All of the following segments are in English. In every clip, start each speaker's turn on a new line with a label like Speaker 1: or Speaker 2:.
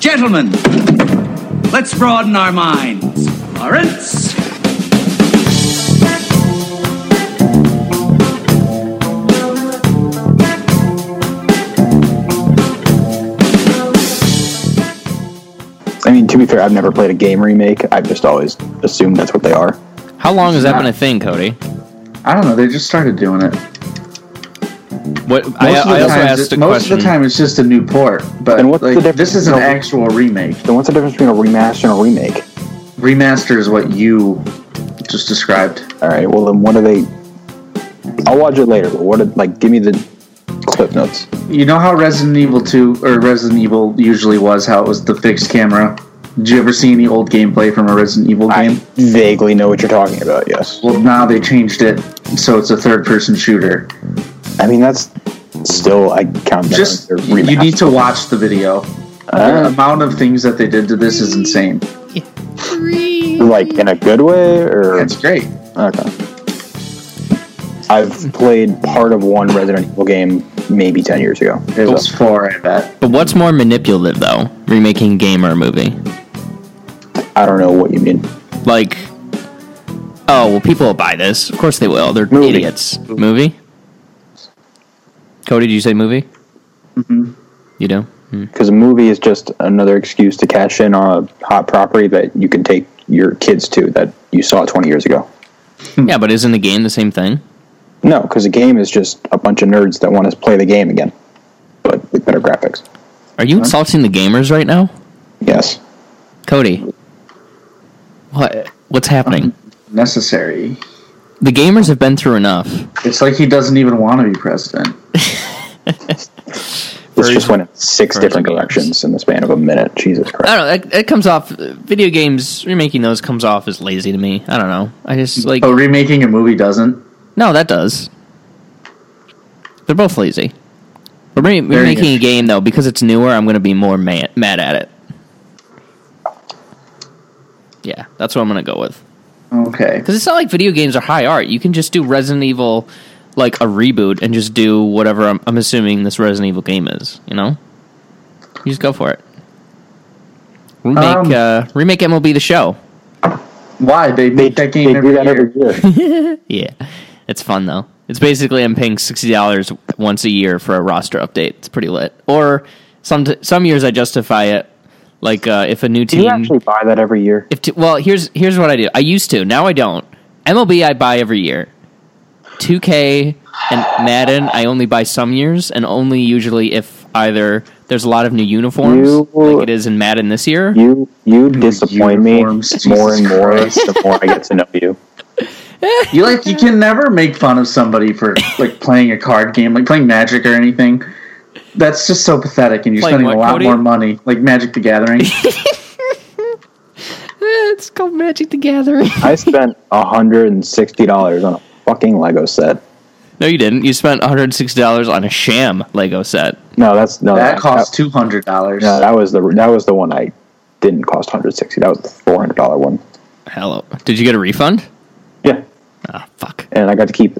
Speaker 1: Gentlemen, let's broaden our minds. Lawrence?
Speaker 2: I mean, to be fair, I've never played a game remake. I've just always assumed that's what they are.
Speaker 3: How long has that been a
Speaker 4: not-
Speaker 3: thing, Cody?
Speaker 4: I don't know. They just started doing it.
Speaker 3: What I,
Speaker 4: of the
Speaker 3: I also
Speaker 4: times-
Speaker 3: asked a
Speaker 4: most
Speaker 3: question.
Speaker 4: of the time it's just a new port, but
Speaker 2: Then what's the
Speaker 4: like,
Speaker 2: difference
Speaker 4: this is an
Speaker 2: between-
Speaker 4: actual remake.
Speaker 2: Then what's the difference between a remaster and a remake?
Speaker 4: Remaster is what you just described.
Speaker 2: All right. Well, then what are they? I'll watch it later. But what? Are, like, give me the clip notes.
Speaker 4: You know how Resident Evil 2 or Resident Evil usually was how it was the fixed camera. Did you ever see any old gameplay from a Resident Evil
Speaker 2: I
Speaker 4: game?
Speaker 2: vaguely know what you're talking about. Yes.
Speaker 4: Well, now they changed it so it's a third-person shooter.
Speaker 2: I mean, that's still I count that
Speaker 4: Just
Speaker 2: as a remaster.
Speaker 4: you need to watch the video. The
Speaker 2: Uh,
Speaker 4: amount of things that they did to this is insane.
Speaker 2: like in a good way, or
Speaker 4: That's great.
Speaker 2: okay. I've played part of one Resident Evil game maybe ten years ago.
Speaker 4: It
Speaker 2: So,
Speaker 4: was four, I bet.
Speaker 3: but what's more manipulative, though, remaking a game or a movie?
Speaker 2: I don't know what you mean.
Speaker 3: Like, oh well, people will buy this. Of course they will. They're
Speaker 2: Movie.
Speaker 3: idiots. Movie. Cody, did you say movie? Mm-hmm. You do. Hmm.
Speaker 2: because a movie is just another excuse to cash in on a hot property that you can take your kids to that you saw 20 years ago.
Speaker 4: Hmm.
Speaker 3: Yeah, but isn't the game the same thing?
Speaker 2: No, because a game is just a bunch of nerds that want to play the game again, but with better graphics.
Speaker 3: Are you insulting the gamers right now,
Speaker 2: Yes.
Speaker 3: Cody? What what's
Speaker 4: Um,
Speaker 3: happening?
Speaker 4: Necessary.
Speaker 3: The gamers have been through enough.
Speaker 4: It's like he doesn't even want to be president.
Speaker 2: This
Speaker 3: Version-
Speaker 2: just went in six
Speaker 3: version
Speaker 2: different
Speaker 3: games.
Speaker 2: directions in the span of a minute. Jesus
Speaker 3: I
Speaker 2: Christ.
Speaker 3: don't know. It, it comes off. Video games remaking those comes off as lazy to me. I don't know. I just like
Speaker 4: Oh, remaking a movie doesn't.
Speaker 3: no. That does. They're both lazy. But re-
Speaker 4: Very
Speaker 3: remaking a game though because it's newer, I'm going to be more ma mad at it. Yeah, that's what I'm going to go with.
Speaker 4: Okay.
Speaker 3: Because it's not like video games are high art. You can just do Resident Evil, like a reboot, and just do whatever I'm, I'm assuming this Resident Evil game is. You know, you just go for it. Remake,
Speaker 4: Um,
Speaker 3: uh, remake MLB the Show.
Speaker 4: Why they
Speaker 2: They,
Speaker 4: make
Speaker 2: they
Speaker 4: that game
Speaker 2: do
Speaker 4: every
Speaker 2: that
Speaker 4: year?
Speaker 2: every year.
Speaker 3: Yeah, it's fun though. It's basically I'm paying sixty dollars once a year for a roster update. It's pretty lit. Or some some years I justify it, like uh, if a new
Speaker 2: do
Speaker 3: team.
Speaker 2: you actually buy that every year?
Speaker 3: If t- well, here's here's what I do. I used to. Now I don't. MLB I buy every year. 2K and Madden I only buy some years and only usually if either there's a lot of new uniforms
Speaker 2: You-
Speaker 3: like it is in Madden this year.
Speaker 2: You you disappoint me more and
Speaker 4: Uniforms, Jesus
Speaker 2: more
Speaker 4: Christ.
Speaker 2: the more I get to know you.
Speaker 4: You like you can never make fun of somebody for like playing a card game, like playing Magic or anything. That's just so pathetic, and you're
Speaker 3: Playing
Speaker 4: spending
Speaker 3: what,
Speaker 4: a lot
Speaker 3: Cody?
Speaker 4: more money, like Magic the Gathering.
Speaker 3: Eh, it's called Magic the Gathering.
Speaker 2: I spent $160 on a fucking Lego set.
Speaker 3: no you didn't. You spent $160 on a sham Lego set.
Speaker 2: No, that's no
Speaker 4: that costs two hundred dollars.
Speaker 2: No, that was the that was the one I didn't cost 160. That was the 400 dollar one.
Speaker 3: Hello. Did you get a refund?
Speaker 2: Yeah,
Speaker 3: Ah, fuck.
Speaker 2: and I got to keep.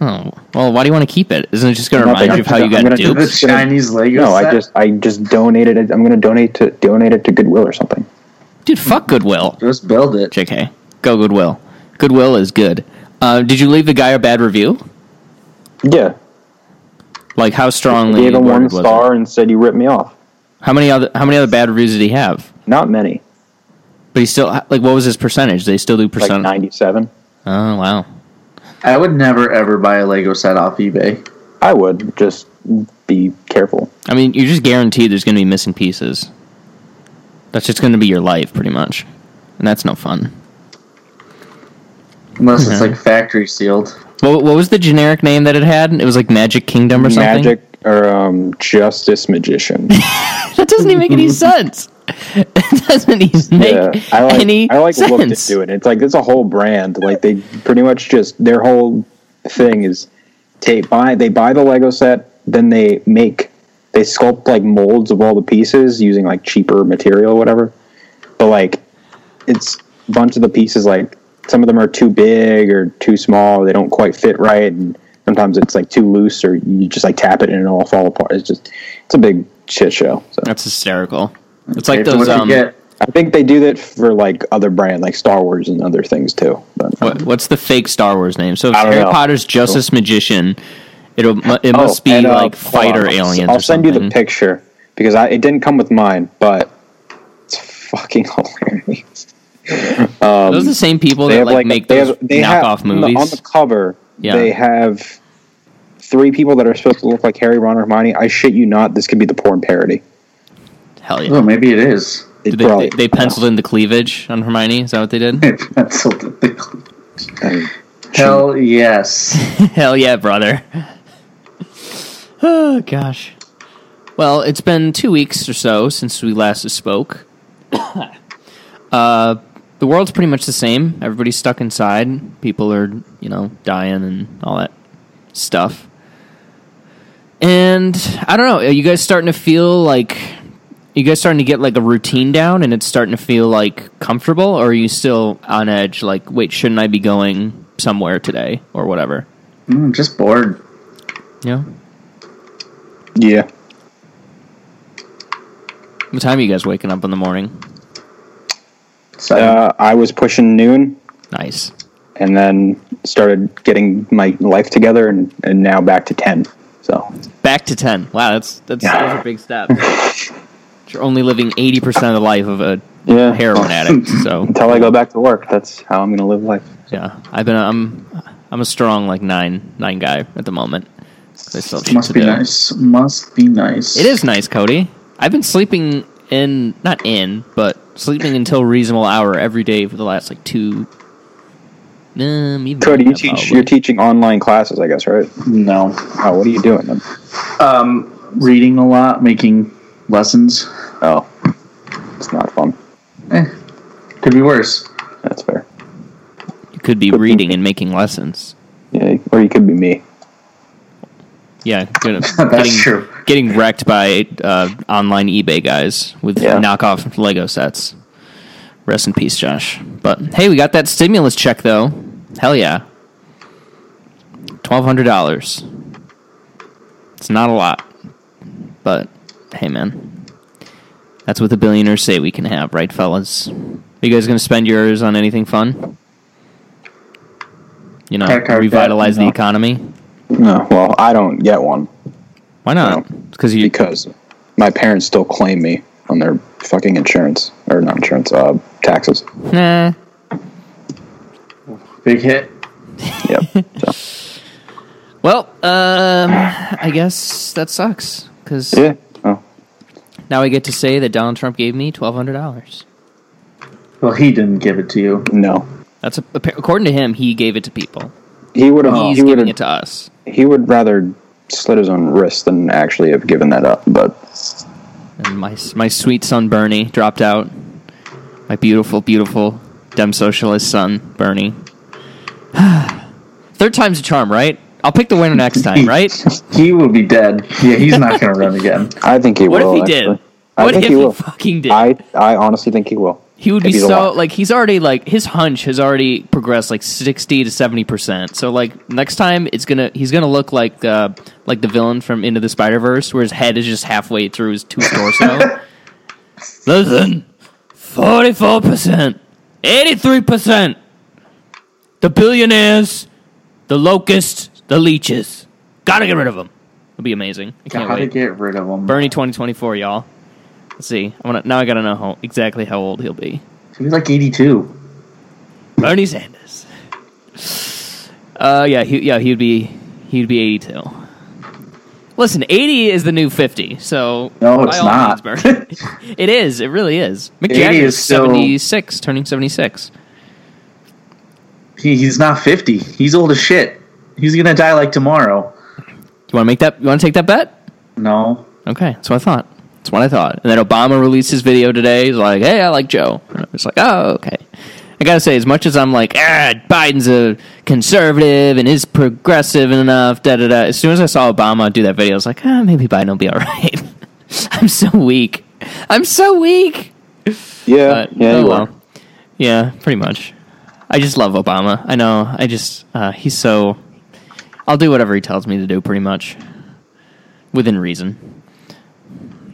Speaker 3: Oh. Well, why do you want to keep it? Isn't it just going to
Speaker 2: Nothing.
Speaker 3: remind you of how you
Speaker 2: I'm
Speaker 3: got
Speaker 2: gonna
Speaker 3: duped?
Speaker 4: the Chinese Lego.
Speaker 2: No, I
Speaker 4: set?
Speaker 2: just I just donated it. I'm going to donate to donate it to Goodwill or something.
Speaker 3: Dude, fuck Goodwill.
Speaker 4: just build it.
Speaker 3: JK. Go Goodwill. Goodwill is good. Uh, did you leave the guy a bad review?
Speaker 2: Yeah,
Speaker 3: Like how strongly
Speaker 2: gave him one
Speaker 3: worded was it?
Speaker 2: star and said you ripped me off.
Speaker 3: How many other how many other bad reviews did he have?
Speaker 2: Not many,
Speaker 3: But he still like what was his percentage? They still do
Speaker 2: like
Speaker 3: percent.
Speaker 2: 97.
Speaker 3: oh wow.
Speaker 4: I would never ever buy a Lego set off eBay.
Speaker 2: I would just be careful.
Speaker 3: I mean, you're just guaranteed there's going to be missing pieces. That's just going to be your life pretty much. And that's no fun.
Speaker 4: Unless
Speaker 3: Mm-hmm.
Speaker 4: it's like factory sealed.
Speaker 3: What, what was the generic name that it had? It was like Magic Kingdom or something.
Speaker 2: Magic or um, Justice Magician.
Speaker 3: That doesn't even make any sense. It doesn't even make
Speaker 2: yeah, I like
Speaker 3: any
Speaker 2: I like
Speaker 3: sense.
Speaker 2: looked into it. It's like it's a whole brand. Like they pretty much just their whole thing is they buy they buy the Lego set, then they make they sculpt like molds of all the pieces using like cheaper material or whatever. But like it's a bunch of the pieces like some of them are too big or too small, they don't quite fit right and sometimes it's like too loose or you just like tap it and it'll all fall apart. It's just it's a big shit show. So
Speaker 3: That's hysterical. It's like
Speaker 4: Pay for
Speaker 3: those.
Speaker 4: what you
Speaker 3: Um,
Speaker 4: get.
Speaker 2: I think they do that for like other brand, like Star Wars and other things too. But,
Speaker 3: what, what's the fake Star Wars name? So if
Speaker 2: I don't
Speaker 3: Harry
Speaker 2: know.
Speaker 3: Potter's Justice Magician, it'll mu- it
Speaker 2: Oh,
Speaker 3: must be
Speaker 2: and, uh, hold
Speaker 3: like fighter
Speaker 2: on, I'll s-
Speaker 3: aliens.
Speaker 2: I'll
Speaker 3: or
Speaker 2: send you the
Speaker 3: something.
Speaker 2: picture because I, it didn't come with mine, but it's fucking hilarious.
Speaker 3: those are the same people
Speaker 2: they
Speaker 3: that
Speaker 2: have
Speaker 3: like,
Speaker 2: like
Speaker 3: make
Speaker 2: they
Speaker 3: those
Speaker 2: have, they have,
Speaker 3: knockoff
Speaker 2: on the-
Speaker 3: movies.
Speaker 2: on the cover.
Speaker 3: Yeah.
Speaker 2: They have three people that are supposed to look like Harry, Ron, or Hermione. I shit you not, this could be the porn parody.
Speaker 3: Hell yeah!
Speaker 4: Oh, maybe it is.
Speaker 2: It
Speaker 3: Did they,
Speaker 2: probably-
Speaker 3: they, they penciled in the cleavage on Hermione. Is that what they did?
Speaker 4: That's what the-
Speaker 2: I mean,
Speaker 4: Hell yes.
Speaker 3: Hell yeah, brother! oh gosh. Well, it's been two weeks or so since we last spoke. uh, the world's pretty much the same. Everybody's stuck inside. People are, you know, dying and all that stuff. And I don't know. Are you guys starting to feel like? You guys starting to get like a routine down, and it's starting to feel like comfortable, or are you still on edge? Like, wait, shouldn't I be going somewhere today or whatever?
Speaker 4: I'm Hmm, just bored.
Speaker 3: Yeah.
Speaker 2: yeah.
Speaker 3: What time are you guys waking up in the morning?
Speaker 4: So
Speaker 2: Uh, I was pushing noon
Speaker 3: Nice.
Speaker 2: and then started getting my life together and, and now back to 10. So
Speaker 3: Back to ten. Wow, that's that's, that's a big step. But You're only living eighty percent of the life of a
Speaker 2: Yeah.
Speaker 3: heroin addict. So
Speaker 2: until I go back to work, that's how I'm going to live life.
Speaker 3: yeah, I've been I'm I'm a strong like nine nine guy at the moment. I still have shit to
Speaker 4: must be
Speaker 3: do.
Speaker 4: nice. Must be nice.
Speaker 3: It is nice, Cody. I've been sleeping in not in, but sleeping until reasonable hour every day for the last like two. Um, even
Speaker 2: Cody, you
Speaker 3: longer,
Speaker 2: teach,
Speaker 3: probably.
Speaker 2: you're teaching online classes, I guess, right?
Speaker 4: No.
Speaker 2: Oh, what are you doing? then?
Speaker 4: Reading a lot, making lessons.
Speaker 2: Oh, it's not fun.
Speaker 4: Eh, could be worse.
Speaker 2: That's fair.
Speaker 3: You could be reading and making lessons.
Speaker 2: Yeah, or you could be me.
Speaker 3: Yeah, good.
Speaker 4: That's
Speaker 3: getting,
Speaker 4: true.
Speaker 3: Getting wrecked by uh, online eBay guys with
Speaker 2: Yeah.
Speaker 3: knockoff Lego sets. Rest in peace, Josh. But hey, we got that stimulus check though. Hell yeah, twelve hundred dollars. It's not a lot, but hey, man, that's what the billionaires say we can have, right, fellas? Are you guys gonna spend yours on anything fun? You know,
Speaker 4: Credit card debt,
Speaker 3: revitalize the
Speaker 4: no.
Speaker 3: economy.
Speaker 2: No, well, I don't get one
Speaker 3: Why not?
Speaker 2: No.
Speaker 3: Because you
Speaker 2: because my parents still claim me on their fucking insurance or not insurance, uh, taxes.
Speaker 3: nah.
Speaker 4: Big hit.
Speaker 2: Yep.
Speaker 3: Well, um, I guess that sucks because
Speaker 2: yeah. Oh.
Speaker 3: now I get to say that Donald Trump gave me twelve hundred dollars.
Speaker 4: Well, he didn't give it to you.
Speaker 2: No.
Speaker 3: That's a, appa- according to him, he gave it to people.
Speaker 2: He would have.
Speaker 3: Oh. He's
Speaker 2: Oh, he would
Speaker 3: giving it
Speaker 2: have.
Speaker 3: to us.
Speaker 2: He would rather slit his own wrist than actually have given that up. But
Speaker 3: And my s- my sweet son Bernie dropped out. My beautiful, beautiful dem socialist son Bernie. Third time's a charm, right? I'll pick the winner next time, right?
Speaker 4: He will be dead. Yeah, he's not going to run again.
Speaker 2: I think he
Speaker 3: What if
Speaker 2: will.
Speaker 3: he
Speaker 2: actually.
Speaker 3: did?
Speaker 2: I
Speaker 3: What
Speaker 2: think
Speaker 3: if
Speaker 2: he
Speaker 3: he
Speaker 2: will.
Speaker 3: fucking did?
Speaker 2: I I honestly think he will.
Speaker 3: He
Speaker 2: If
Speaker 3: would be
Speaker 2: he's
Speaker 3: so
Speaker 2: alive.
Speaker 3: like he's already like his hunch has already progressed like sixty to seventy percent. So like next time it's gonna he's gonna look like uh like the villain from Into the Spider Verse where his head is just halfway through his two torso. Listen, forty four percent, eighty three percent, the billionaires, the locusts, the leeches. Gotta get rid of them. It'll be amazing. I can't
Speaker 4: How to
Speaker 3: wait.
Speaker 4: get rid of him?
Speaker 3: Bernie twenty twenty four, y'all. Let's see. I wanna now I gotta know how exactly how old he'll be.
Speaker 4: He's like 82.
Speaker 3: Bernie Sanders. Uh, yeah, he, yeah, he'd be he'd be eighty-two. Listen, eighty is the new fifty. So
Speaker 4: No,
Speaker 3: by
Speaker 4: it's
Speaker 3: all
Speaker 4: not.
Speaker 3: means, Bernie. it is. It really is. Mick
Speaker 4: 80
Speaker 3: Jagger
Speaker 4: is
Speaker 3: is
Speaker 4: still-
Speaker 3: seventy-six, turning seventy-six.
Speaker 4: He, he's not 50. He's old as shit. He's going to die like tomorrow.
Speaker 3: You want to make that? You want to take that bet?
Speaker 4: No.
Speaker 3: Okay, that's what I thought. That's what I thought. And then Obama released his video today. He's like, "Hey, I like Joe." And I was like, "Oh, okay." I gotta say, as much as I'm like, "Ah, Biden's a conservative and is progressive enough," da da da. As soon as I saw Obama do that video, I was like, "Ah, maybe Biden will be all right." I'm so weak. I'm so weak.
Speaker 2: Yeah.
Speaker 3: But
Speaker 2: yeah.
Speaker 3: oh
Speaker 2: he will.
Speaker 3: well. Yeah, pretty much. I just love Obama. I know. I just uh, he's so. I'll do whatever he tells me to do, pretty much, within reason.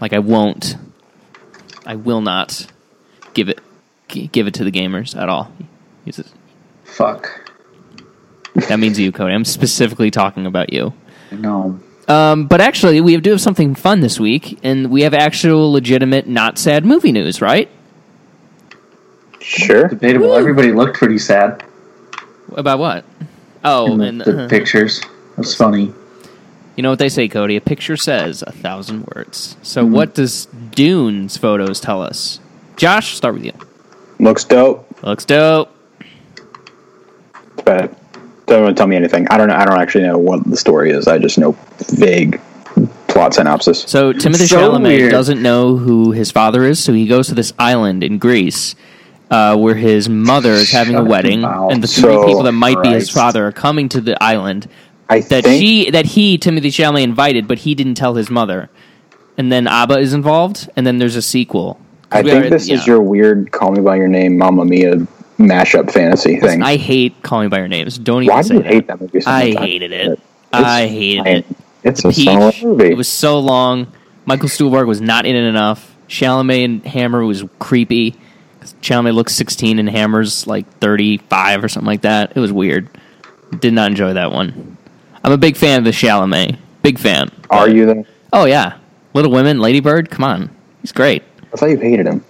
Speaker 3: Like I won't. I will not give it g- give it to the gamers at all. He's a-
Speaker 4: Fuck.
Speaker 3: That means you, Cody. I'm specifically talking about you.
Speaker 4: No.
Speaker 3: Um, but actually, we do have something fun this week, and we have actual, legitimate, not sad movie news, right?
Speaker 2: Sure.
Speaker 4: Debatable. Everybody looked pretty sad
Speaker 3: About what? Oh,
Speaker 4: in
Speaker 3: and
Speaker 4: the, the pictures. It was funny.
Speaker 3: you know what they say, Cody? A picture says a thousand words. So,
Speaker 2: Hmm.
Speaker 3: what does Dune's photos tell us? Josh, start with you.
Speaker 2: Looks dope,
Speaker 3: Looks dope.
Speaker 2: but don't really tell me anything. I don't know. I don't actually know what the story is. I just know vague plot synopsis.
Speaker 3: So Timothy
Speaker 4: So
Speaker 3: Chalamet
Speaker 4: weird.
Speaker 3: doesn't know who his father is, so he goes to this island in Greece uh, where his mother is having a
Speaker 4: Shut
Speaker 3: wedding,
Speaker 4: your mouth.
Speaker 3: and the three
Speaker 2: So-
Speaker 3: people that might be his
Speaker 4: Christ.
Speaker 3: father are coming to the island
Speaker 2: I
Speaker 3: that
Speaker 2: think
Speaker 3: she that he Timothy Chalamet invited, but he didn't tell his mother. And then Abba is involved, and then there's a sequel. 'Cause
Speaker 2: I
Speaker 3: we
Speaker 2: think
Speaker 3: are-
Speaker 2: this
Speaker 3: yeah.
Speaker 2: is your weird "Call Me by Your Name" Mamma Mia mashup fantasy thing.
Speaker 3: I hate calling by your names. Don't even
Speaker 2: Why
Speaker 3: say
Speaker 2: do you
Speaker 3: that.
Speaker 2: hate that movie? So
Speaker 3: I
Speaker 2: much?
Speaker 3: hated it.
Speaker 2: It's
Speaker 3: I hated
Speaker 2: fine.
Speaker 3: it.
Speaker 2: It's a
Speaker 3: Peach.
Speaker 2: solid movie.
Speaker 3: It was so long. Michael Stuhlbarg was not in it enough. Chalamet and Hammer was creepy. 'Cause Chalamet looks 16 and Hammer's like 35 or something like that. It was weird. Did not enjoy that one. I'm a big fan of the Chalamet. Big fan.
Speaker 2: Are you the?
Speaker 3: Oh yeah, Little Women, Ladybird. Come on, he's great.
Speaker 2: I thought you hated him.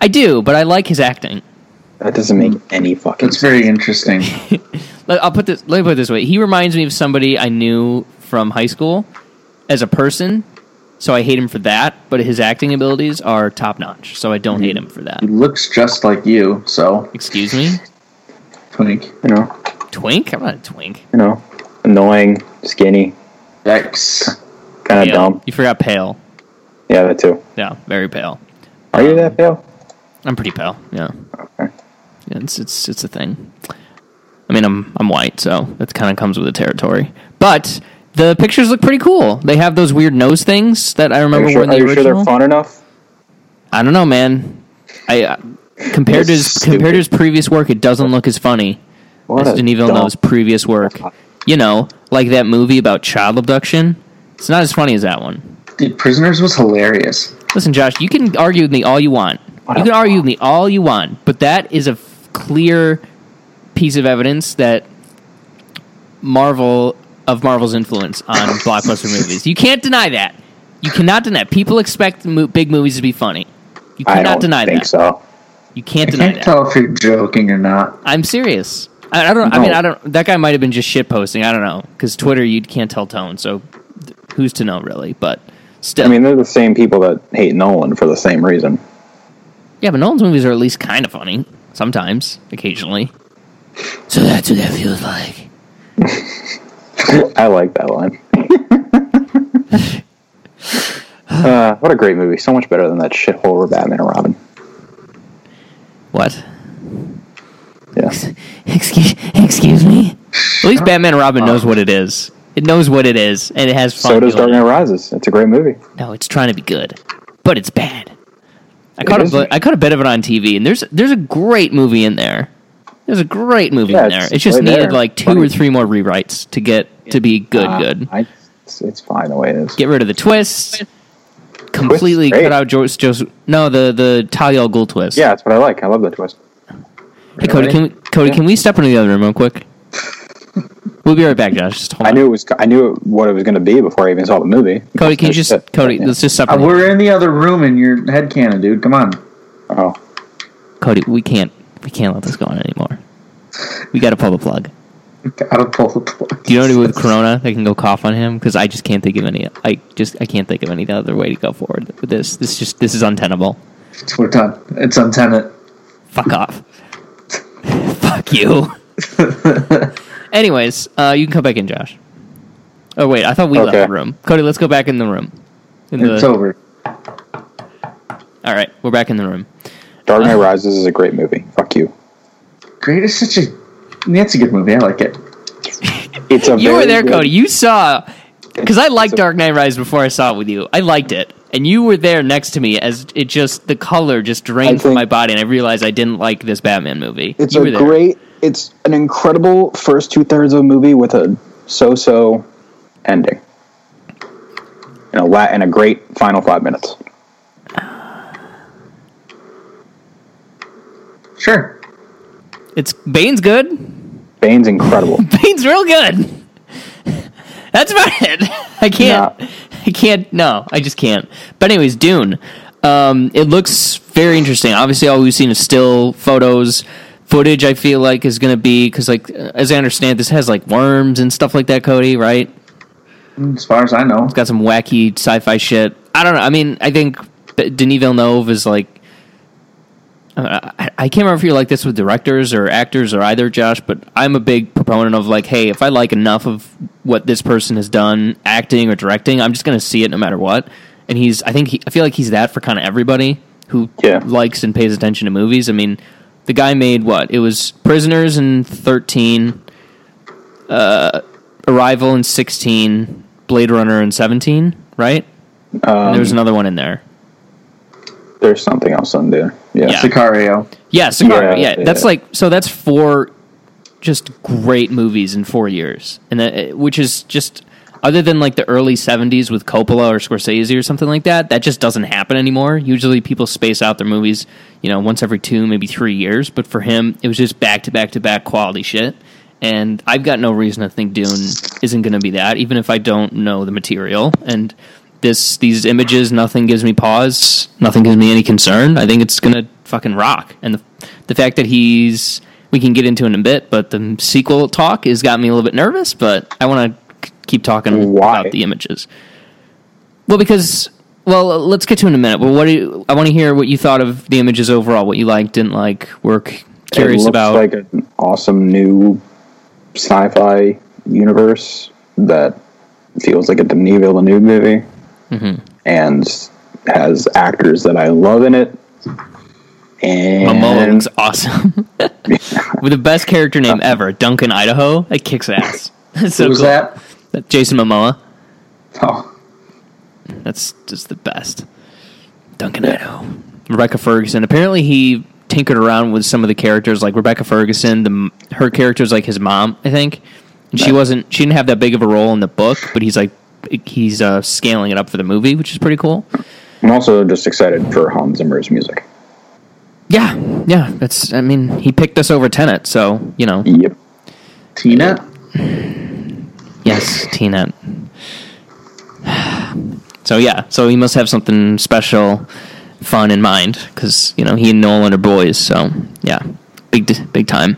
Speaker 3: I do, but I like his acting.
Speaker 2: That doesn't make any fucking.
Speaker 4: That's
Speaker 2: sense.
Speaker 4: very interesting.
Speaker 3: Let, I'll put this. Let me put it this way. He reminds me of somebody I knew from high school as a person, so I hate him for that. But his acting abilities are top notch, so I don't
Speaker 2: Mm-hmm.
Speaker 3: hate him for that.
Speaker 4: He looks just like you, so
Speaker 3: Excuse me,
Speaker 4: twink.
Speaker 2: you know,
Speaker 3: twink. I'm not a twink.
Speaker 2: you know, annoying, skinny,
Speaker 4: Yikes.
Speaker 2: kind of
Speaker 3: Pale.
Speaker 2: dumb.
Speaker 3: You forgot pale.
Speaker 2: Yeah, that too.
Speaker 3: Yeah, very pale.
Speaker 2: Are you that pale?
Speaker 3: I'm pretty pale. Yeah. Yeah, it's it's it's a thing. I mean, I'm I'm white, so that kind of comes with the territory. But the pictures look pretty cool. They have those weird nose things that I
Speaker 2: Are
Speaker 3: remember
Speaker 2: you, sure,
Speaker 3: were in the
Speaker 2: are you sure
Speaker 3: original.
Speaker 2: they're fun enough?
Speaker 3: I don't know, man. I uh, compared to his
Speaker 2: That's stupid.
Speaker 3: compared to his previous work, it doesn't look as funny
Speaker 2: What
Speaker 3: as
Speaker 2: a
Speaker 3: Denis Villeneuve's
Speaker 2: dumb-
Speaker 3: previous work. You know, like that movie about child abduction. It's not as funny as that one.
Speaker 4: Dude, Prisoners was hilarious.
Speaker 3: Listen, Josh, you can argue with me all you want.
Speaker 2: What
Speaker 3: you
Speaker 2: a
Speaker 3: can argue with me all you want, but that is a f- clear piece of evidence that Marvel of Marvel's influence on blockbuster movies. You can't deny that. You cannot deny. People expect mo- big movies to be funny. You
Speaker 2: I
Speaker 3: cannot
Speaker 2: don't
Speaker 3: deny
Speaker 2: think
Speaker 3: that.
Speaker 2: so.
Speaker 3: You can't
Speaker 4: I
Speaker 3: deny
Speaker 4: can't
Speaker 3: that.
Speaker 4: tell if you're joking or not.
Speaker 3: I'm serious. I, I don't. I mean,
Speaker 2: No.
Speaker 3: I don't. That guy might have been just shit posting. I don't know because Twitter, you can't tell tone. So th- who's to know really? But still,
Speaker 2: I mean, they're the same people that hate Nolan for the same reason.
Speaker 3: yeah. But Nolan's movies are at least kind of funny sometimes, occasionally. So that's what that feels like.
Speaker 2: I like that line. uh, what a great movie! So much better than that shithole where Batman and Robin.
Speaker 3: What?
Speaker 2: Yeah,
Speaker 3: Excuse, excuse me. At least Batman and Robin knows what it is. It knows what it is, and it has fun.
Speaker 2: Uh. so does Dark
Speaker 3: doing it.
Speaker 2: Knight Rises. It's a great movie.
Speaker 3: No, it's trying to be good, but it's bad. I caught a
Speaker 2: is
Speaker 3: bu-
Speaker 2: bad.
Speaker 3: I caught a bit of it on TV, and there's there's a great movie in there. There's a great movie
Speaker 2: Yeah,
Speaker 3: in there.
Speaker 2: it's
Speaker 3: It's just
Speaker 2: right
Speaker 3: needed
Speaker 2: there.
Speaker 3: like two
Speaker 2: Funny.
Speaker 3: or three more rewrites to get to be good.
Speaker 2: Uh,
Speaker 3: good.
Speaker 2: I, it's, it's fine the way it is.
Speaker 3: Get rid of the twists. Completely
Speaker 2: great.
Speaker 3: cut out George Joseph. No, the the Talia al Ghul twist.
Speaker 2: Yeah, that's what I like. I love that twist.
Speaker 3: Hey, Cody, can we, Cody, can we step into the other room real quick? we'll be right back, Josh. Just hold
Speaker 2: I
Speaker 3: on.
Speaker 2: knew it was. I knew what it was going to be before I even saw the movie.
Speaker 3: Cody, can you just
Speaker 2: Shit.
Speaker 3: Cody?
Speaker 2: Yeah.
Speaker 3: Let's just step.
Speaker 4: Uh,
Speaker 3: in the-
Speaker 4: we're in the other room in your head cannon, dude. Come on.
Speaker 2: Oh,
Speaker 3: Cody, we can't we can't let this go on anymore. We got to pull the plug.
Speaker 4: Gotta pull the plug.
Speaker 3: Do you know anybody with Corona that can go cough on him? Because I just can't think of any. I just I can't think of any other way to go forward with this. This just this is untenable.
Speaker 4: We're done. It's untenant.
Speaker 3: Fuck off. Fuck you. Anyways, uh, you can come back in, Josh. Oh wait, I thought we
Speaker 2: Okay.
Speaker 3: left the room. Cody, let's go back in the room. In the,
Speaker 4: It's over.
Speaker 3: all right, we're back in the room.
Speaker 2: Dark
Speaker 3: Uh-huh.
Speaker 2: Knight Rises is a great movie. Fuck you.
Speaker 4: Great is such a. That's a good movie. I like it.
Speaker 2: It's a
Speaker 3: You were
Speaker 2: very
Speaker 3: there,
Speaker 2: good-
Speaker 3: Cody. You saw because I liked
Speaker 2: a-
Speaker 3: Dark Knight Rise before I saw it with you. I liked it, and you were there next to me as it just the color just drained from
Speaker 2: think-
Speaker 3: my body, and I realized I didn't like this Batman movie.
Speaker 2: It's
Speaker 3: you
Speaker 2: a
Speaker 3: were there.
Speaker 2: great. It's an incredible first two thirds of a movie with a so-so ending, and a la- and a great final five minutes.
Speaker 4: Sure.
Speaker 3: It's Bane's good.
Speaker 2: Bane's incredible.
Speaker 3: Bane's real good. That's about it. I can't.
Speaker 2: Nah.
Speaker 3: I can't. No, I just can't. But anyways, Dune. Um, it looks very interesting. Obviously, all we've seen is still photos, footage. I feel like is going to be because, like, as I understand, this has like worms and stuff like that. Cody, right?
Speaker 4: As far as I know,
Speaker 3: got some wacky sci-fi shit. I don't know. I mean, I think that Denis Villeneuve is like. Uh, I I can't remember if you're like this with directors or actors or either, Josh. But I'm a big proponent of like, hey, if I like enough of what this person has done, acting or directing, I'm just going to see it no matter what. And he's, I think, he, I feel like he's that for kind of everybody who
Speaker 2: Yeah.
Speaker 3: likes and pays attention to movies. I mean, the guy made what? It was Prisoners in 13, uh, Arrival in 16, Blade Runner in 17, right? and there
Speaker 2: Um,
Speaker 3: was another one in there.
Speaker 2: There's something else on there. Yeah.
Speaker 3: Yeah.
Speaker 4: Sicario.
Speaker 3: Yeah, Sicario.
Speaker 2: Yeah,
Speaker 3: Yeah, that's
Speaker 2: yeah.
Speaker 3: like so. That's four just great movies in four years, and that, which is just other than like the early '70s with Coppola or Scorsese or something like that. That just doesn't happen anymore. Usually, people space out their movies, you know, once every two, maybe three years. But for him, it was just back to back to back quality shit. And I've got no reason to think Dune isn't going to be that, even if I don't know the material. And this, these images, nothing gives me pause, nothing gives me any concern. I think it's going to fucking rock. And the, the fact that he's, we can get into it in a bit, but the sequel talk has got me a little bit nervous. But I want to keep talking
Speaker 2: Why?
Speaker 3: about the images. Well, because well, let's get to it in a minute. But what do you, I want to hear what you thought of the images overall, what you liked, didn't like, were c-
Speaker 2: it
Speaker 3: curious
Speaker 2: looks
Speaker 3: about.
Speaker 2: like an awesome new sci-fi universe that feels like a Denis Villeneuve movie
Speaker 3: Mm-hmm.
Speaker 2: and has actors that I love in it.
Speaker 3: Momoa
Speaker 2: And
Speaker 3: looks awesome. With the best character name ever, Duncan Idaho. That kicks ass. That's so
Speaker 4: Who was
Speaker 3: cool.
Speaker 4: that?
Speaker 3: That- Jason Momoa.
Speaker 4: Oh,
Speaker 3: That's just the best. Duncan Idaho. Rebecca Ferguson. Apparently, he tinkered around with some of the characters, like Rebecca Ferguson. The m- her character's like his mom, I think. And she wasn't. She didn't have that big of a role in the book, but he's like he's uh, scaling it up for the movie, which is pretty cool.
Speaker 2: I'm also just excited for Hans Zimmer's music.
Speaker 3: Yeah, yeah. That's. I mean, he picked us over Tenet, so you know.
Speaker 2: Yep.
Speaker 4: Tina.
Speaker 3: Yes, Tenet. So yeah, so he must have something special, fun in mind because you know he and Nolan are boys. So yeah, big t- big time.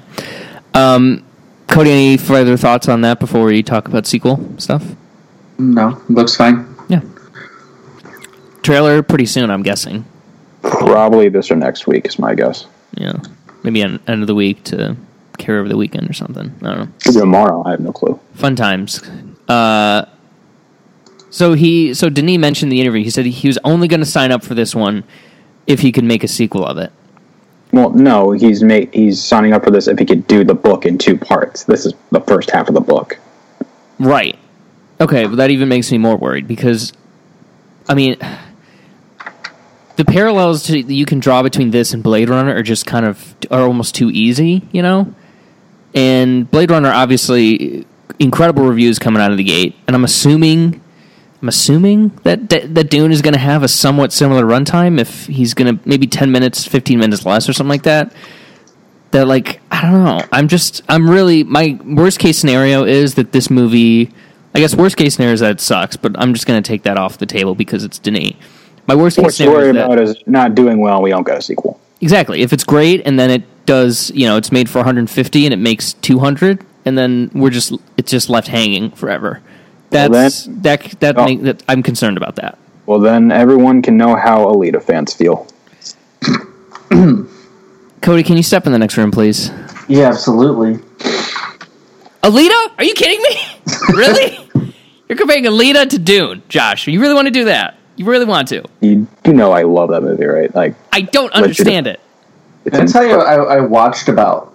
Speaker 3: Um, Cody, any further thoughts on that before we talk about sequel stuff?
Speaker 4: No, looks fine.
Speaker 3: Yeah. Trailer pretty soon, I'm guessing.
Speaker 2: Probably this or next week is my guess.
Speaker 3: Yeah, maybe en- end of the week to carry over the weekend or something. I don't know.
Speaker 2: Could be tomorrow. I have no clue.
Speaker 3: fun times. Uh, so he, so Denis mentioned in the interview. He said he was only going to sign up for this one if he could make a sequel of it.
Speaker 2: Well, no, he's ma- he's signing up for this if he could do the book in two parts. This is the first half of the book.
Speaker 3: Right. Okay, but that even makes me more worried because, I mean, the parallels to, that you can draw between this and Blade Runner are just kind of are almost too easy, you know. And Blade Runner, obviously, incredible reviews coming out of the gate, and I'm assuming, I'm assuming that that, that Dune is going to have a somewhat similar runtime. If he's going to maybe 10 minutes, 15 minutes less, or something like that that like I don't know. I'm just I'm really my worst case scenario is that this movie I guess worst case scenario is that it sucks, but I'm just gonna take that off the table because it's Denis. My worst case
Speaker 2: What you
Speaker 3: scenario
Speaker 2: worry
Speaker 3: is that,
Speaker 2: about is not doing well. We don't get a sequel.
Speaker 3: exactly if it's great and then it does you know it's made for 150 and it makes 200 and then we're just it's just left hanging forever.
Speaker 2: Well,
Speaker 3: That's that that,
Speaker 2: Oh.
Speaker 3: make, that I'm concerned about that.
Speaker 2: Well, then everyone can know how Alita fans feel.
Speaker 3: Cody, can you step in the next room, please?
Speaker 4: Yeah, absolutely.
Speaker 3: Alita? Are you kidding me? really? You're comparing Alita to Dune, Josh. You really want to do that? You really want to?
Speaker 2: You, you know I love that movie, right? Like
Speaker 3: I don't
Speaker 2: you
Speaker 3: understand
Speaker 2: do.
Speaker 3: it.
Speaker 2: it's
Speaker 4: Can I
Speaker 2: in-
Speaker 4: tell you, I, I watched about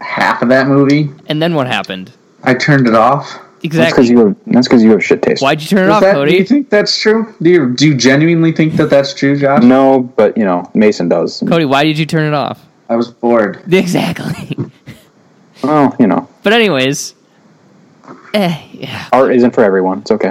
Speaker 4: half of that movie.
Speaker 3: And then what happened?
Speaker 4: I turned it off.
Speaker 2: that's because
Speaker 3: Exactly.
Speaker 2: you have that's because you have shit taste.
Speaker 3: Why'd you turn it
Speaker 4: Is
Speaker 3: off,
Speaker 4: that- Do you
Speaker 3: Cody?
Speaker 4: think that's true? Do you, do you genuinely think that that's true, Josh?
Speaker 2: No, but you know Mason does.
Speaker 3: Cody, why did you turn it off?
Speaker 4: I was bored.
Speaker 3: Exactly.
Speaker 2: Well, you know,
Speaker 3: but anyways, eh, yeah.
Speaker 2: art isn't for everyone. It's okay.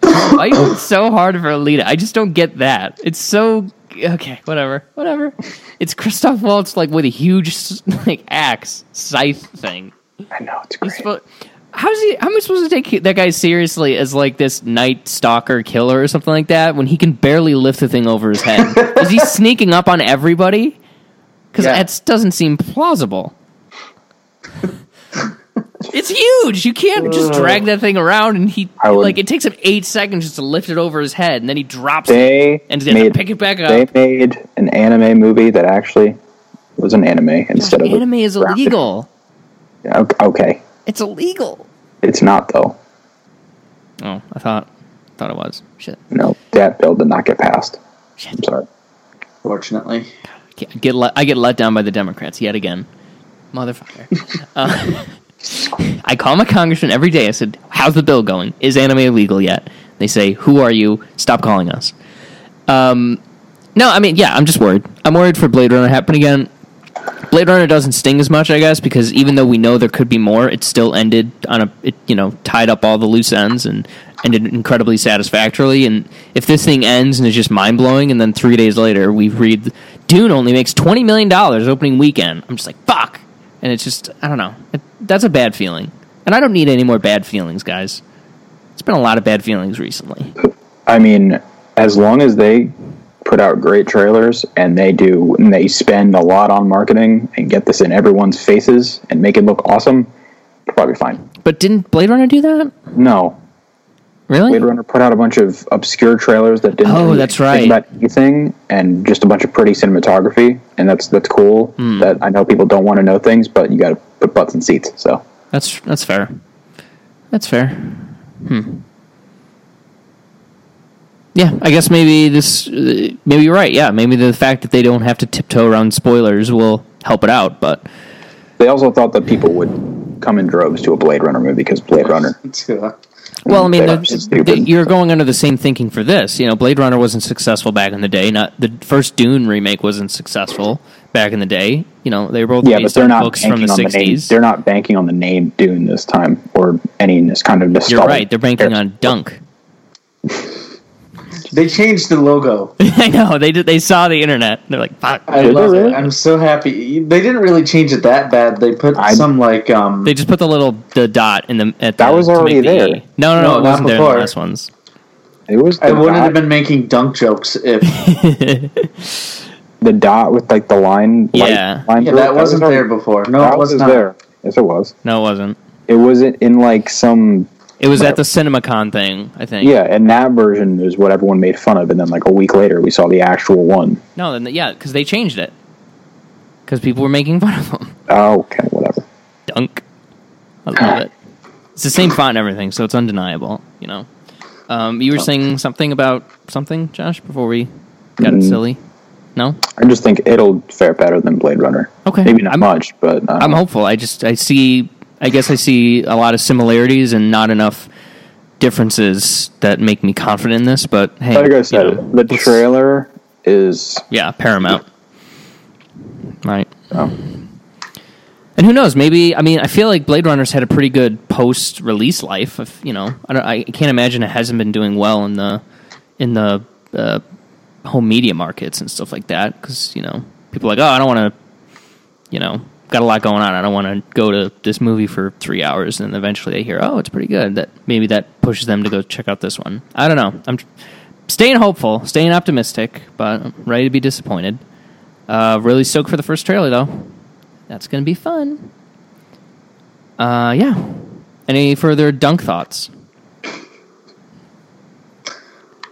Speaker 3: Why are you being so hard for Alita? I just don't get that. It's so okay, whatever, whatever. It's Christoph Waltz like with a huge s- like axe scythe thing.
Speaker 2: I know it's
Speaker 3: He's
Speaker 2: great.
Speaker 3: suppo- How's he? How am I supposed to take that guy seriously as like this night stalker killer or something like that when he can barely lift the thing over his head? Is he sneaking up on everybody? Because
Speaker 4: Yeah.
Speaker 3: that doesn't seem plausible. it's huge. You can't just drag that thing around, and he
Speaker 2: I would-
Speaker 3: like it takes him eight seconds just to lift it over his head, and then he drops it
Speaker 2: They
Speaker 3: and he's gonna
Speaker 2: made
Speaker 3: pick it back up.
Speaker 2: they made an anime movie that actually was an anime instead of a
Speaker 3: Anime is
Speaker 2: graphic-
Speaker 3: illegal.
Speaker 2: Ok- Okay,
Speaker 3: It's illegal.
Speaker 2: it's not though.
Speaker 3: Oh, I thought, thought it was shit.
Speaker 2: No, that bill did not get passed.
Speaker 3: Shit.
Speaker 2: I'm sorry.
Speaker 4: Fortunately,
Speaker 3: Get, get let, I get let down by the Democrats yet again, motherfucker. uh, I call my congressman every day. I said, "How's the bill going? Is anime illegal yet?" They say, "Who are you? Stop calling us." Um, no, I mean, yeah, I'm just worried. I'm worried for Blade Runner happening again. Blade Runner doesn't sting as much, I guess, because even though we know there could be more, it still ended on a, it, you know, tied up all the loose ends and ended incredibly satisfactorily. And if this thing ends and is just mind blowing, and then three days later we read Dune only makes twenty million dollars opening weekend, I'm just like fuck, and it's just I don't know, it, that's a bad feeling, and I don't need any more bad feelings, guys. It's been a lot of bad feelings recently.
Speaker 2: I mean, as long as they put out great trailers and they do and they spend a lot on marketing and get this in everyone's faces and make it look awesome, probably fine.
Speaker 3: But didn't Blade Runner do that?
Speaker 2: No,
Speaker 3: Really?
Speaker 2: Blade Runner put out a bunch of obscure trailers that didn't.
Speaker 3: Oh,
Speaker 2: really
Speaker 3: that's
Speaker 2: think
Speaker 3: right.
Speaker 2: About anything and just a bunch of pretty cinematography, and that's that's cool.
Speaker 3: Hmm.
Speaker 2: That I know people don't want to know things, but you got to put butts in seats. So
Speaker 3: That's that's fair. That's fair. Hmm. Yeah, I guess maybe this. uh, Maybe you're right. Yeah, maybe the fact that they don't have to tiptoe around spoilers will help it out. But
Speaker 2: they also thought that people would come in droves to a Blade Runner movie because Blade Runner.
Speaker 4: It's, uh,
Speaker 3: well, I mean,
Speaker 2: Yeah,
Speaker 3: the-
Speaker 2: it's
Speaker 3: the-
Speaker 2: stupid.
Speaker 3: you're going under the same thinking for this. You know, Blade Runner wasn't successful back in the day. Not the first Dune remake wasn't successful back in the day. You know, they were both
Speaker 2: Yeah, but
Speaker 3: based
Speaker 2: they're
Speaker 3: on
Speaker 2: not
Speaker 3: books from the
Speaker 2: banking on the name.
Speaker 3: '60s.
Speaker 2: They're not banking on the name Dune this time, or any in this kind of nostalgia.
Speaker 3: you're right. They're banking on Dunk.
Speaker 4: they changed the logo.
Speaker 3: I know they did, they saw the internet. and They're like, fuck.
Speaker 4: I
Speaker 2: Did they
Speaker 4: love
Speaker 2: really?
Speaker 4: it. I'm so happy. They didn't really change it that bad. They put
Speaker 2: I-
Speaker 4: some like um.
Speaker 3: They just put the little the dot in the at
Speaker 2: That
Speaker 3: the,
Speaker 2: was
Speaker 3: to make
Speaker 2: already
Speaker 3: the
Speaker 2: there.
Speaker 3: E. No, no, no,
Speaker 4: No,
Speaker 3: it
Speaker 4: not
Speaker 3: wasn't there in the
Speaker 4: before.
Speaker 3: last ones.
Speaker 2: It was the
Speaker 4: I wouldn't
Speaker 2: dot,
Speaker 4: have been making dunk jokes if
Speaker 2: the dot with like the line. light
Speaker 3: Yeah.
Speaker 2: line
Speaker 4: yeah,
Speaker 2: through it.
Speaker 4: that wasn't
Speaker 2: was
Speaker 4: there
Speaker 2: already-
Speaker 4: before. No,
Speaker 2: That
Speaker 4: it was
Speaker 2: was
Speaker 4: not.
Speaker 2: there. Yes, it was.
Speaker 3: No, it wasn't.
Speaker 2: It wasn't in like some
Speaker 3: It was at the CinemaCon thing, I think.
Speaker 2: Yeah, and that version is what everyone made fun of, and then like a week later, we saw the actual one.
Speaker 3: No, then yeah, because they changed it. Because people were making fun of them.
Speaker 2: Oh, okay, whatever.
Speaker 3: Dunk. I love it. It's the same font and everything, so it's undeniable. You know. Um, you were
Speaker 2: Oh.
Speaker 3: saying something about something, Josh, before we got it
Speaker 2: Mm.
Speaker 3: silly. No.
Speaker 2: I just think it'll fare better than Blade Runner.
Speaker 3: Okay.
Speaker 2: maybe not
Speaker 3: I'm-
Speaker 2: much, but uh,
Speaker 3: I'm hopeful. I just I see I guess I see a lot of similarities and not enough differences that make me confident in this. But hey,
Speaker 2: like I
Speaker 3: you
Speaker 2: said,
Speaker 3: know,
Speaker 2: the
Speaker 3: let's-
Speaker 2: trailer is
Speaker 3: yeah, paramount, right?
Speaker 2: oh,
Speaker 3: And who knows? Maybe I mean I feel like Blade Runner's had a pretty good post-release life. If, you know, I, don't, I can't imagine it hasn't been doing well in the in the uh, home media markets and stuff like that. Because you know, people are like, oh, I don't want to, you know, got a lot going on. I don't want to go to this movie for three hours, and then eventually they hear, oh, it's pretty good. That maybe that pushes them to go check out this one. I don't know. I'm tr- staying hopeful, staying optimistic, but I'm ready to be disappointed. Uh, really stoked for the first trailer though. That's gonna be fun. Uh, yeah. Any further dunk thoughts?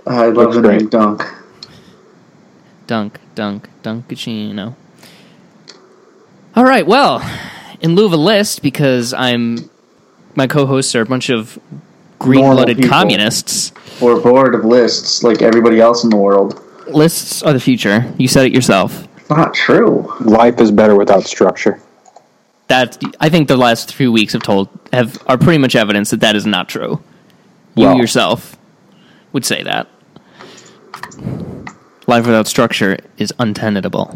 Speaker 4: I love
Speaker 2: Looks
Speaker 4: the
Speaker 2: great.
Speaker 4: name dunk.
Speaker 3: Dunk, dunk, dunkachino. All right, well, in lieu of a list, because I'm my co-hosts are a bunch of green-blooded
Speaker 4: people.
Speaker 3: communists.
Speaker 4: We're bored of lists like everybody else in the world.
Speaker 3: Lists are the future. You said it yourself.
Speaker 4: Not true.
Speaker 2: life is better without structure.
Speaker 3: That I think the last few weeks have told have are pretty much evidence that that is not true. You
Speaker 2: Well.
Speaker 3: yourself would say that. Life without structure is untenable.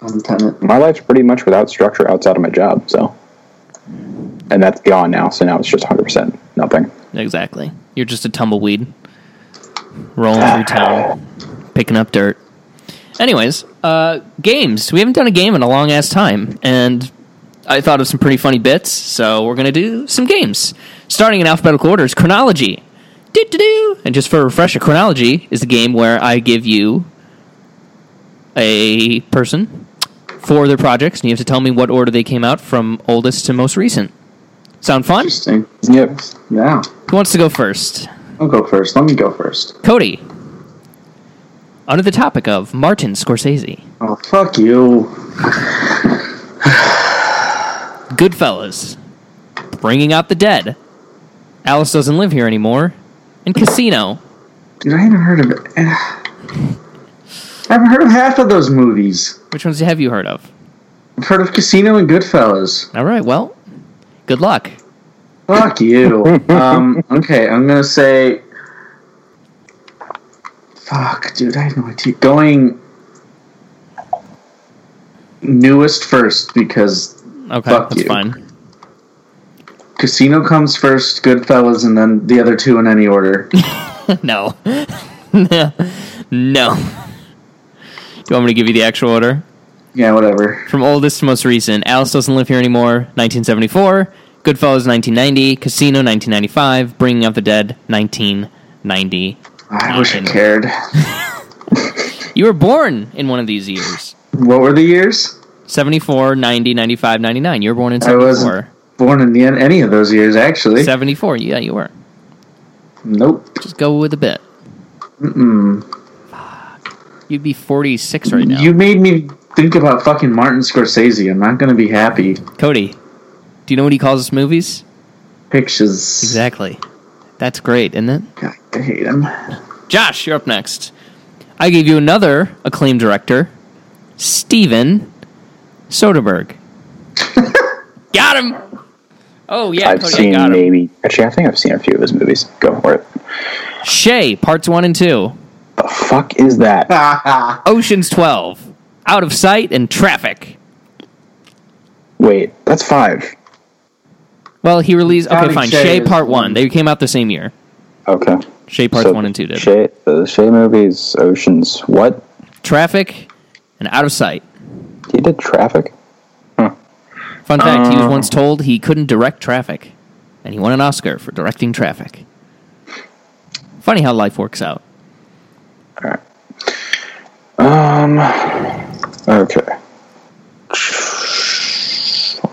Speaker 4: I'm tenant.
Speaker 2: My life's pretty much without structure outside of my job, so and that's gone now. So now it's just hundred percent nothing.
Speaker 3: Exactly. You're just a tumbleweed rolling through town, picking up dirt. Anyways, uh, games. We haven't done a game in a long ass time, and I thought of some pretty funny bits, so we're gonna do some games. Starting in alphabetical order is chronology. Do do do. And just for a refresher, chronology is the game where I give you a person for their projects, and you have to tell me what order they came out from oldest to most recent. Sound fun?
Speaker 4: Interesting.
Speaker 2: Yep.
Speaker 4: Yeah.
Speaker 3: Who wants to go first?
Speaker 4: I'll go first. Let me go first.
Speaker 3: Cody. Under the topic of Martin Scorsese,
Speaker 4: Oh, fuck you.
Speaker 3: Goodfellas, Bringing Out the Dead, Alice Doesn't Live Here Anymore, and Casino.
Speaker 4: Dude, I haven't heard of it. Eh. I haven't heard of half of those movies.
Speaker 3: Which ones have you heard of?
Speaker 4: I've heard of Casino and Goodfellas.
Speaker 3: All right, well, good luck.
Speaker 4: Fuck you. um, okay, I'm gonna say. Fuck, dude, I have no idea. Going newest first because
Speaker 3: Okay,
Speaker 4: Fuck
Speaker 3: that's
Speaker 4: you.
Speaker 3: fine.
Speaker 4: Casino comes first, Goodfellas, and then the other two in any order.
Speaker 3: no. no. Do you want me to give you the actual order?
Speaker 4: yeah, whatever.
Speaker 3: From oldest to most recent, Alice Doesn't Live Here Anymore, 1974, Goodfellas, 1990, Casino, 1995, Bringing Out the Dead, 1990.
Speaker 4: I wish I
Speaker 3: Nine.
Speaker 4: cared.
Speaker 3: You were born in one of these years.
Speaker 4: What were the years?
Speaker 3: 74, 90, 95, 99. You were born in
Speaker 4: I
Speaker 3: 74.
Speaker 4: wasn't born in the end, any of those years, actually.
Speaker 3: 74, yeah, you were.
Speaker 4: Nope.
Speaker 3: Just go with a bit.
Speaker 4: Mm-mm.
Speaker 3: You'd be 46 right now.
Speaker 4: You made me think about fucking Martin Scorsese. I'm not gonna be happy.
Speaker 3: Cody, do you know what he calls his movies?
Speaker 4: Pictures.
Speaker 3: Exactly. That's great, isn't it?
Speaker 4: God, I hate him.
Speaker 3: Josh, you're up next. I gave you another acclaimed director, Steven Soderbergh. got him. Oh yeah,
Speaker 2: I've
Speaker 3: Cody, I
Speaker 2: seen
Speaker 3: got him.
Speaker 2: maybe. Actually, I think I've seen a few of his movies. Go for it.
Speaker 3: Shay, parts one and two.
Speaker 2: The fuck is that?
Speaker 3: Ocean's Twelve, Out of Sight, and Traffic.
Speaker 2: Wait, that's five.
Speaker 3: Well, he released. Okay,
Speaker 4: Counting
Speaker 3: fine.
Speaker 4: Shay
Speaker 3: Shay
Speaker 4: is
Speaker 3: part
Speaker 4: one.
Speaker 3: one. They came out the same year.
Speaker 2: Okay.
Speaker 3: Shay parts
Speaker 2: So
Speaker 3: one and two did.
Speaker 2: Shay, the Shay movies, Oceans. What?
Speaker 3: Traffic, and Out of Sight.
Speaker 2: He did Traffic.
Speaker 3: Fun fact: He was
Speaker 2: Oh.
Speaker 3: once told he couldn't direct traffic, and he won an Oscar for directing traffic. Funny how life works out.
Speaker 2: Um. Okay.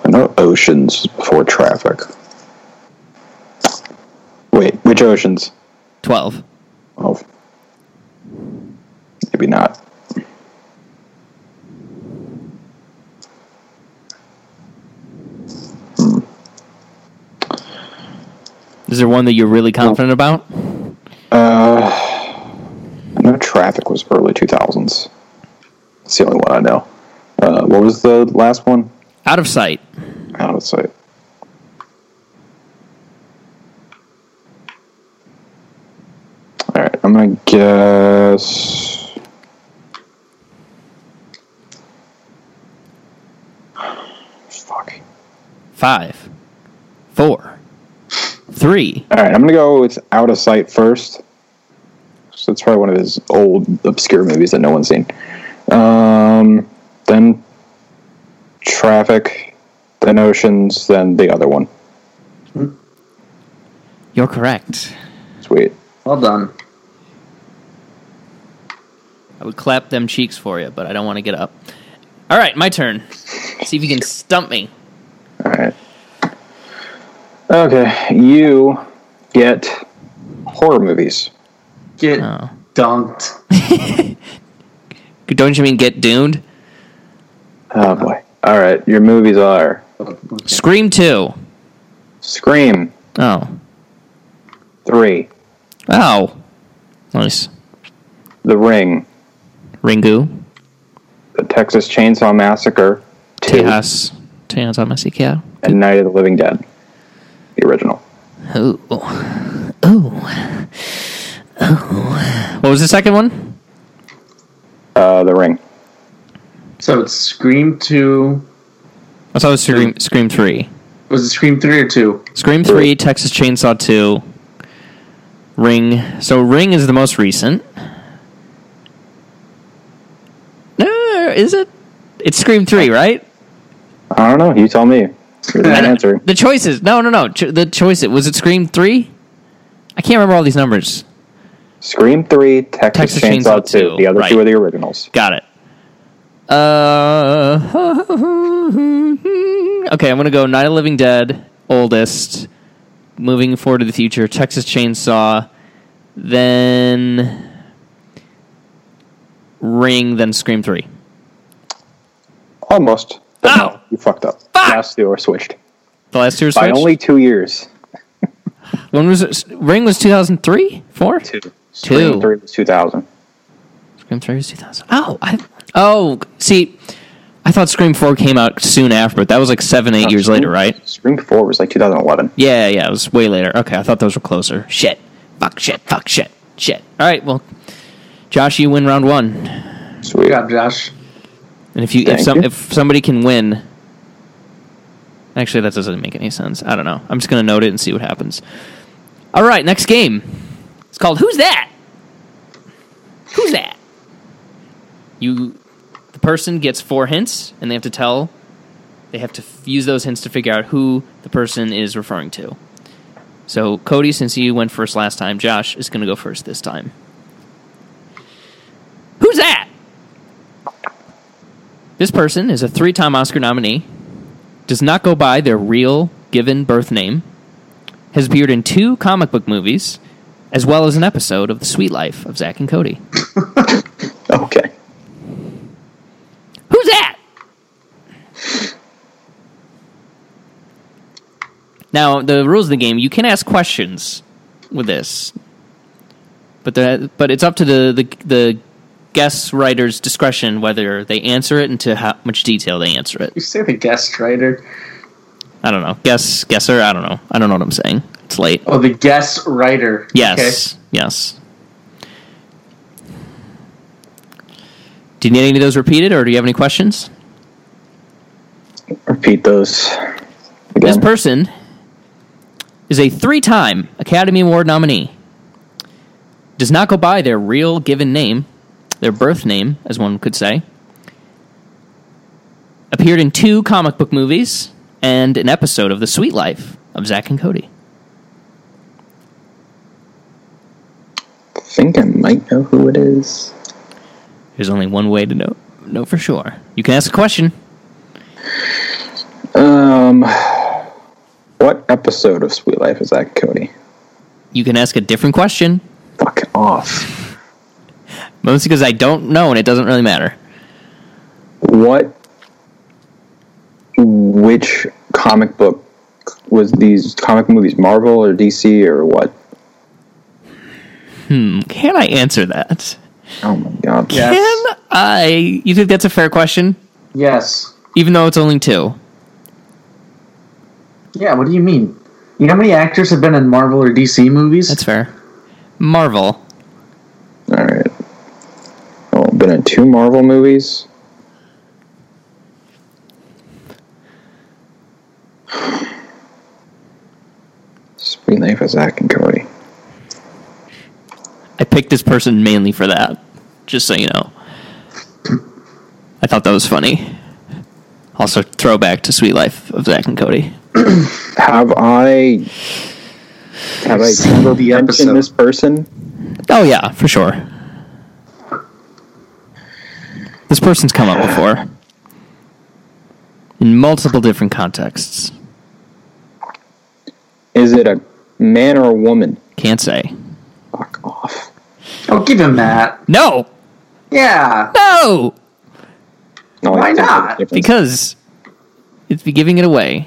Speaker 2: I know Oceans is before Traffic. Wait, which Oceans?
Speaker 3: Twelve.
Speaker 2: Oh, maybe not.
Speaker 3: Is there one that you're really confident about?
Speaker 2: Uh, I know Traffic was early two thousands. It's the only one I know. Uh, what was the last one?
Speaker 3: Out of sight.
Speaker 2: I would say. All right, I'm gonna guess. Fuck.
Speaker 3: Five, four, three.
Speaker 2: All right, I'm gonna go with Out of Sight first. So it's probably one of his old obscure movies that no one's seen. Um, then Traffic, then Oceans, then the other one.
Speaker 3: You're correct.
Speaker 2: Sweet.
Speaker 4: Well done.
Speaker 3: I would clap them cheeks for you, but I don't want to get up. All right, my turn. See if you can stump me.
Speaker 2: All right. Okay, you get horror movies.
Speaker 4: Get
Speaker 3: Oh.
Speaker 4: dunked.
Speaker 3: Don't you mean get doomed?
Speaker 2: Oh boy. All right, your movies are
Speaker 3: Scream two.
Speaker 2: Scream
Speaker 3: Oh.
Speaker 2: three,
Speaker 3: Oh. Nice.
Speaker 2: The Ring,
Speaker 3: Ringu.
Speaker 2: The Texas Chainsaw Massacre two,
Speaker 3: Tejas. Tejas on my CKO.
Speaker 2: and Night of the Living Dead, the original.
Speaker 3: Ooh. Ooh. Ooh. What was the second one?
Speaker 2: Uh, the Ring.
Speaker 4: So it's Scream 2.
Speaker 3: I saw it was Scream, Scream 3.
Speaker 4: Was it Scream 3 or 2?
Speaker 3: Scream 3, Texas Chainsaw 2, Ring. So Ring is the most recent. is it? It's Scream Three, right?
Speaker 2: I don't know. You tell me. You're the man answer.
Speaker 3: The choices. No, no, no. Cho- the choice. Was it Scream Three? I can't remember all these numbers.
Speaker 2: Scream Three, Texas,
Speaker 3: Texas
Speaker 2: Chainsaw,
Speaker 3: Chainsaw
Speaker 2: 2.
Speaker 3: 2,
Speaker 2: The other two
Speaker 3: right.
Speaker 2: are the originals.
Speaker 3: Got it. Uh, okay, I'm gonna go Night of the Living Dead, oldest. Moving forward to the future, Texas Chainsaw, then Ring, then Scream Three.
Speaker 2: Almost. But
Speaker 3: Ow!
Speaker 2: no, you fucked up. Last two are switched
Speaker 3: The last two were
Speaker 2: by
Speaker 3: switched.
Speaker 2: only two years.
Speaker 3: when was it? Ring was 2003, four.
Speaker 2: Two.
Speaker 3: Two.
Speaker 2: Scream Three was two thousand.
Speaker 3: Scream Three was 2000. Oh, I oh see, I thought Scream Four came out soon after, but that was like seven, eight years later, right?
Speaker 2: Oh, Scream Four was like 2011.
Speaker 3: Yeah, yeah, it was way later. Okay, I thought those were closer. Shit. Fuck, shit, fuck, shit, shit. All right, well, Josh, you win round one.
Speaker 2: Sweet.
Speaker 4: Good job, Josh.
Speaker 3: And if you, if,
Speaker 2: Thank
Speaker 3: some,
Speaker 2: you.
Speaker 3: if somebody can win. Actually, that doesn't make any sense. I don't know. I'm just going to note it and see what happens. All right, next game. It's called Who's That? Who's That? You, the person gets four hints, and they have to tell, they have to f- use those hints to figure out who the person is referring to. So, Cody, since you went first last time, Josh is going to go first this time. Who's that? This person is a three time Oscar nominee, does not go by their real given birth name, has appeared in two comic book movies, as well as an episode of The Sweet Life of Zack and Cody.
Speaker 2: Okay.
Speaker 3: Who's that? Now, the rules of the game, you can ask questions with this. But the, but it's up to the, the the guest writer's discretion whether they answer it and to how much detail they answer it.
Speaker 4: You say the guest writer.
Speaker 3: I don't know. Guess guesser. I don't know. I don't know what I'm saying. It's late.
Speaker 4: Oh, the guest writer.
Speaker 3: Yes. Yes. Do you need any of those repeated, or do you have any questions?
Speaker 2: Repeat those.
Speaker 3: This
Speaker 2: Again.
Speaker 3: person is a three-time Academy Award nominee. Does not go by their real given name, their birth name, as one could say. Appeared in two comic book movies and an episode of The Sweet Life of Zack and Cody.
Speaker 2: I think I might know who it is.
Speaker 3: There's only one way to know know for sure. You can ask a question.
Speaker 2: Um, what episode of Sweet Life is that, Cody?
Speaker 3: You can ask a different question.
Speaker 2: Fuck off.
Speaker 3: Mostly because I don't know and it doesn't really matter.
Speaker 2: What? Which comic book was these comic movies? Marvel or DC or what?
Speaker 3: Can I answer that?
Speaker 2: Oh my god.
Speaker 4: Yeah. Yes.
Speaker 3: Can I? You think that's a fair question?
Speaker 4: Okay. Yes.
Speaker 3: Even though it's only two.
Speaker 4: Yeah. What do you mean? You know how many actors have been in Marvel or DC movies?
Speaker 3: That's fair. Marvel.
Speaker 2: All right. Oh, been in two Marvel movies. Sweet Life of Zack and Cody.
Speaker 3: I picked this person mainly for that. Just so you know. I thought that was funny. Also, throwback to Sweet Life of Zack and Cody.
Speaker 2: Have I have I
Speaker 4: Seen
Speaker 2: ever
Speaker 4: the
Speaker 2: mentioned
Speaker 4: episode.
Speaker 2: this person?
Speaker 3: Oh, yeah, for sure. This person's come up before. In multiple different contexts.
Speaker 2: Is it a man or a woman?
Speaker 3: Can't say.
Speaker 2: Fuck off.
Speaker 4: Oh, give him that.
Speaker 3: No!
Speaker 4: Yeah.
Speaker 3: No!
Speaker 2: No, I
Speaker 4: Why
Speaker 2: think there's
Speaker 4: not?
Speaker 2: a difference.
Speaker 3: Because it's be giving it away.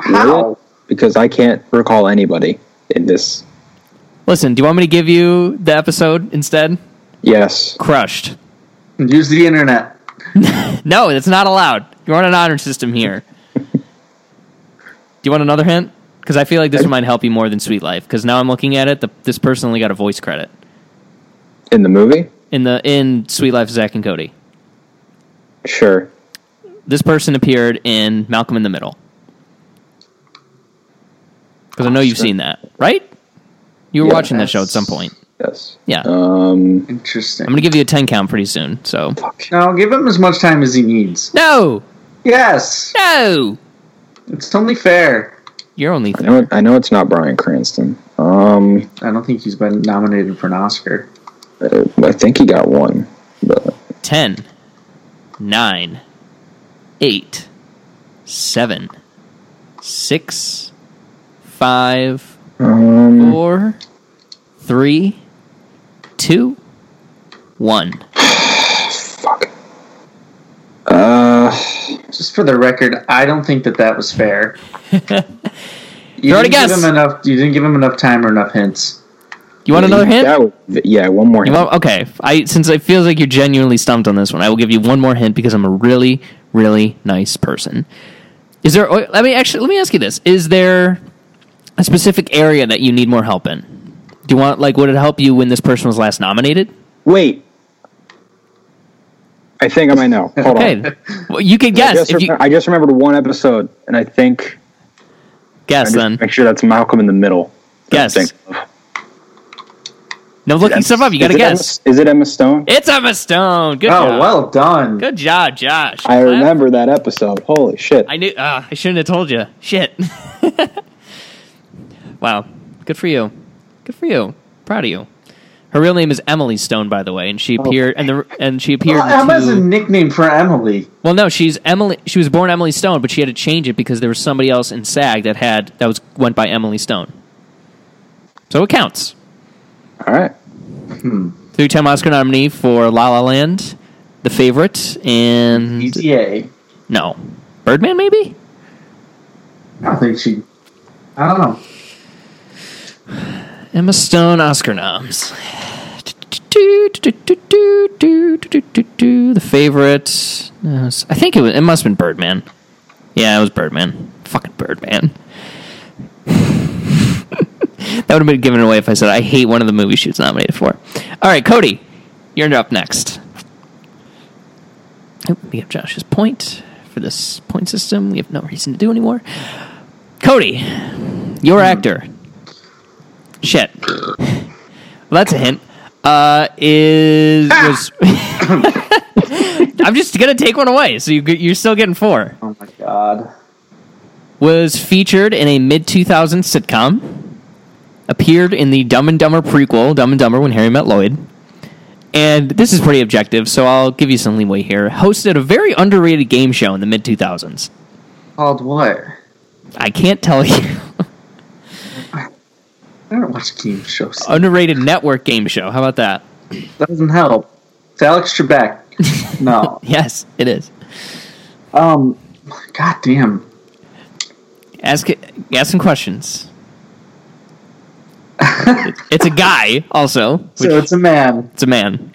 Speaker 4: How?
Speaker 2: Because I can't recall anybody in this.
Speaker 3: Listen, do you want me to give you the episode instead?
Speaker 2: Yes.
Speaker 3: Crushed.
Speaker 4: Use the internet.
Speaker 3: No, that's not allowed. You're on an honor system here. do you want another hint? Because I feel like this one might help you more than Sweet Life. Because now I'm looking at it, the, this person only got a voice credit
Speaker 2: In the movie?
Speaker 3: in the in Sweet Life, Zach and Cody.
Speaker 2: Sure.
Speaker 3: This person appeared in Malcolm in the Middle. Because I know you've seen that, right? You were
Speaker 2: Yeah.
Speaker 3: watching that show at some point.
Speaker 2: Yes.
Speaker 3: Yeah.
Speaker 2: Um,
Speaker 4: Interesting.
Speaker 3: I'm gonna give you a ten count pretty soon. So
Speaker 2: fuck.
Speaker 4: no, give him as much time as he needs.
Speaker 3: no,
Speaker 4: Yes,
Speaker 3: no,
Speaker 4: it's only fair.
Speaker 3: you're only
Speaker 2: I
Speaker 3: fair.
Speaker 2: know, it, I know it's not Brian Cranston. Um,
Speaker 4: I don't think he's been nominated for an Oscar.
Speaker 2: uh, I think he got one. But
Speaker 3: 10, 9, 8, 7, 6, 5,
Speaker 2: um,
Speaker 3: 4, 3, 2, 1.
Speaker 2: fuck. Uh,
Speaker 4: Just for the record, I don't think that that was fair.
Speaker 3: Throw
Speaker 4: you
Speaker 3: it a
Speaker 4: didn't give
Speaker 3: guess.
Speaker 4: him enough. You didn't give him enough time or enough hints.
Speaker 3: You want another hint?
Speaker 2: that would- yeah, one more.
Speaker 3: You
Speaker 2: hint.
Speaker 3: want- okay. I since it feels like you're genuinely stumped on this one, I will give you one more hint because I'm a really, really nice person. Is there? oh, Let me actually. Let me ask you this: Is there a specific area that you need more help in? Do you want like would it help you when this person was last nominated?
Speaker 2: Wait. I think I might know. Hold
Speaker 3: Okay,
Speaker 2: on.
Speaker 3: well, you could
Speaker 2: I
Speaker 3: guess
Speaker 2: just,
Speaker 3: if you
Speaker 2: remem- I just remembered one episode, and I think I
Speaker 3: guess
Speaker 2: just
Speaker 3: then.
Speaker 2: make sure that's Malcolm in the Middle. that I'm
Speaker 3: Guess.
Speaker 2: thinking of.
Speaker 3: No looking
Speaker 2: That's-
Speaker 3: stuff up. You got to
Speaker 2: is it Emma-
Speaker 3: guess.
Speaker 2: is it Emma Stone?
Speaker 3: It's Emma Stone. Good
Speaker 4: Oh,
Speaker 3: job.
Speaker 4: well done.
Speaker 3: Good job, Josh.
Speaker 2: I remember that episode. Holy shit!
Speaker 3: I knew. Uh, I shouldn't have told you. Shit. wow. Good for you. Good for you. Proud of you. Her real name is Emily Stone, by the way, and she appeared and the and she appeared.
Speaker 4: Well,
Speaker 3: in
Speaker 4: Emma's
Speaker 3: two-
Speaker 4: a nickname for Emily.
Speaker 3: well, no, she's Emily. She was born Emily Stone, but she had to change it because there was somebody else in SAG that had that was went by Emily Stone. So it counts.
Speaker 2: All right.
Speaker 3: Three-time Oscar nominee for La La Land, The Favorite, and
Speaker 4: ETA.
Speaker 3: no, Birdman, maybe.
Speaker 4: I think she. I don't know.
Speaker 3: Emma Stone Oscar noms. The favorite. Yes, I think it was. It must have been Birdman. Yeah, it was Birdman. Fucking Birdman. that would have been given away if I said I hate one of the movies she was nominated for. All right, Cody, you're up next. Oh, we have Josh's point for this point system. We have no reason to do anymore. Cody, your actor. Shit. Well, that's a hint. Uh, is was. I'm just gonna take one away, so you get- you're still getting four.
Speaker 4: Oh my god.
Speaker 3: Was featured in a mid 2000s sitcom. Appeared in the Dumb and Dumber prequel, Dumb and Dumber When Harry Met Lloyd. And this is pretty objective, so I'll give you some leeway here. Hosted a very underrated game show in the mid 2000s.
Speaker 4: Called what?
Speaker 3: I can't tell you.
Speaker 4: I don't watch game shows.
Speaker 3: underrated network game show. How about that?
Speaker 4: Doesn't help. It's Alex Trebek. no.
Speaker 3: Yes, it is.
Speaker 4: Um. God damn.
Speaker 3: Ask it- ask some questions. it's a guy, also. Which,
Speaker 4: So it's a man.
Speaker 3: it's a man.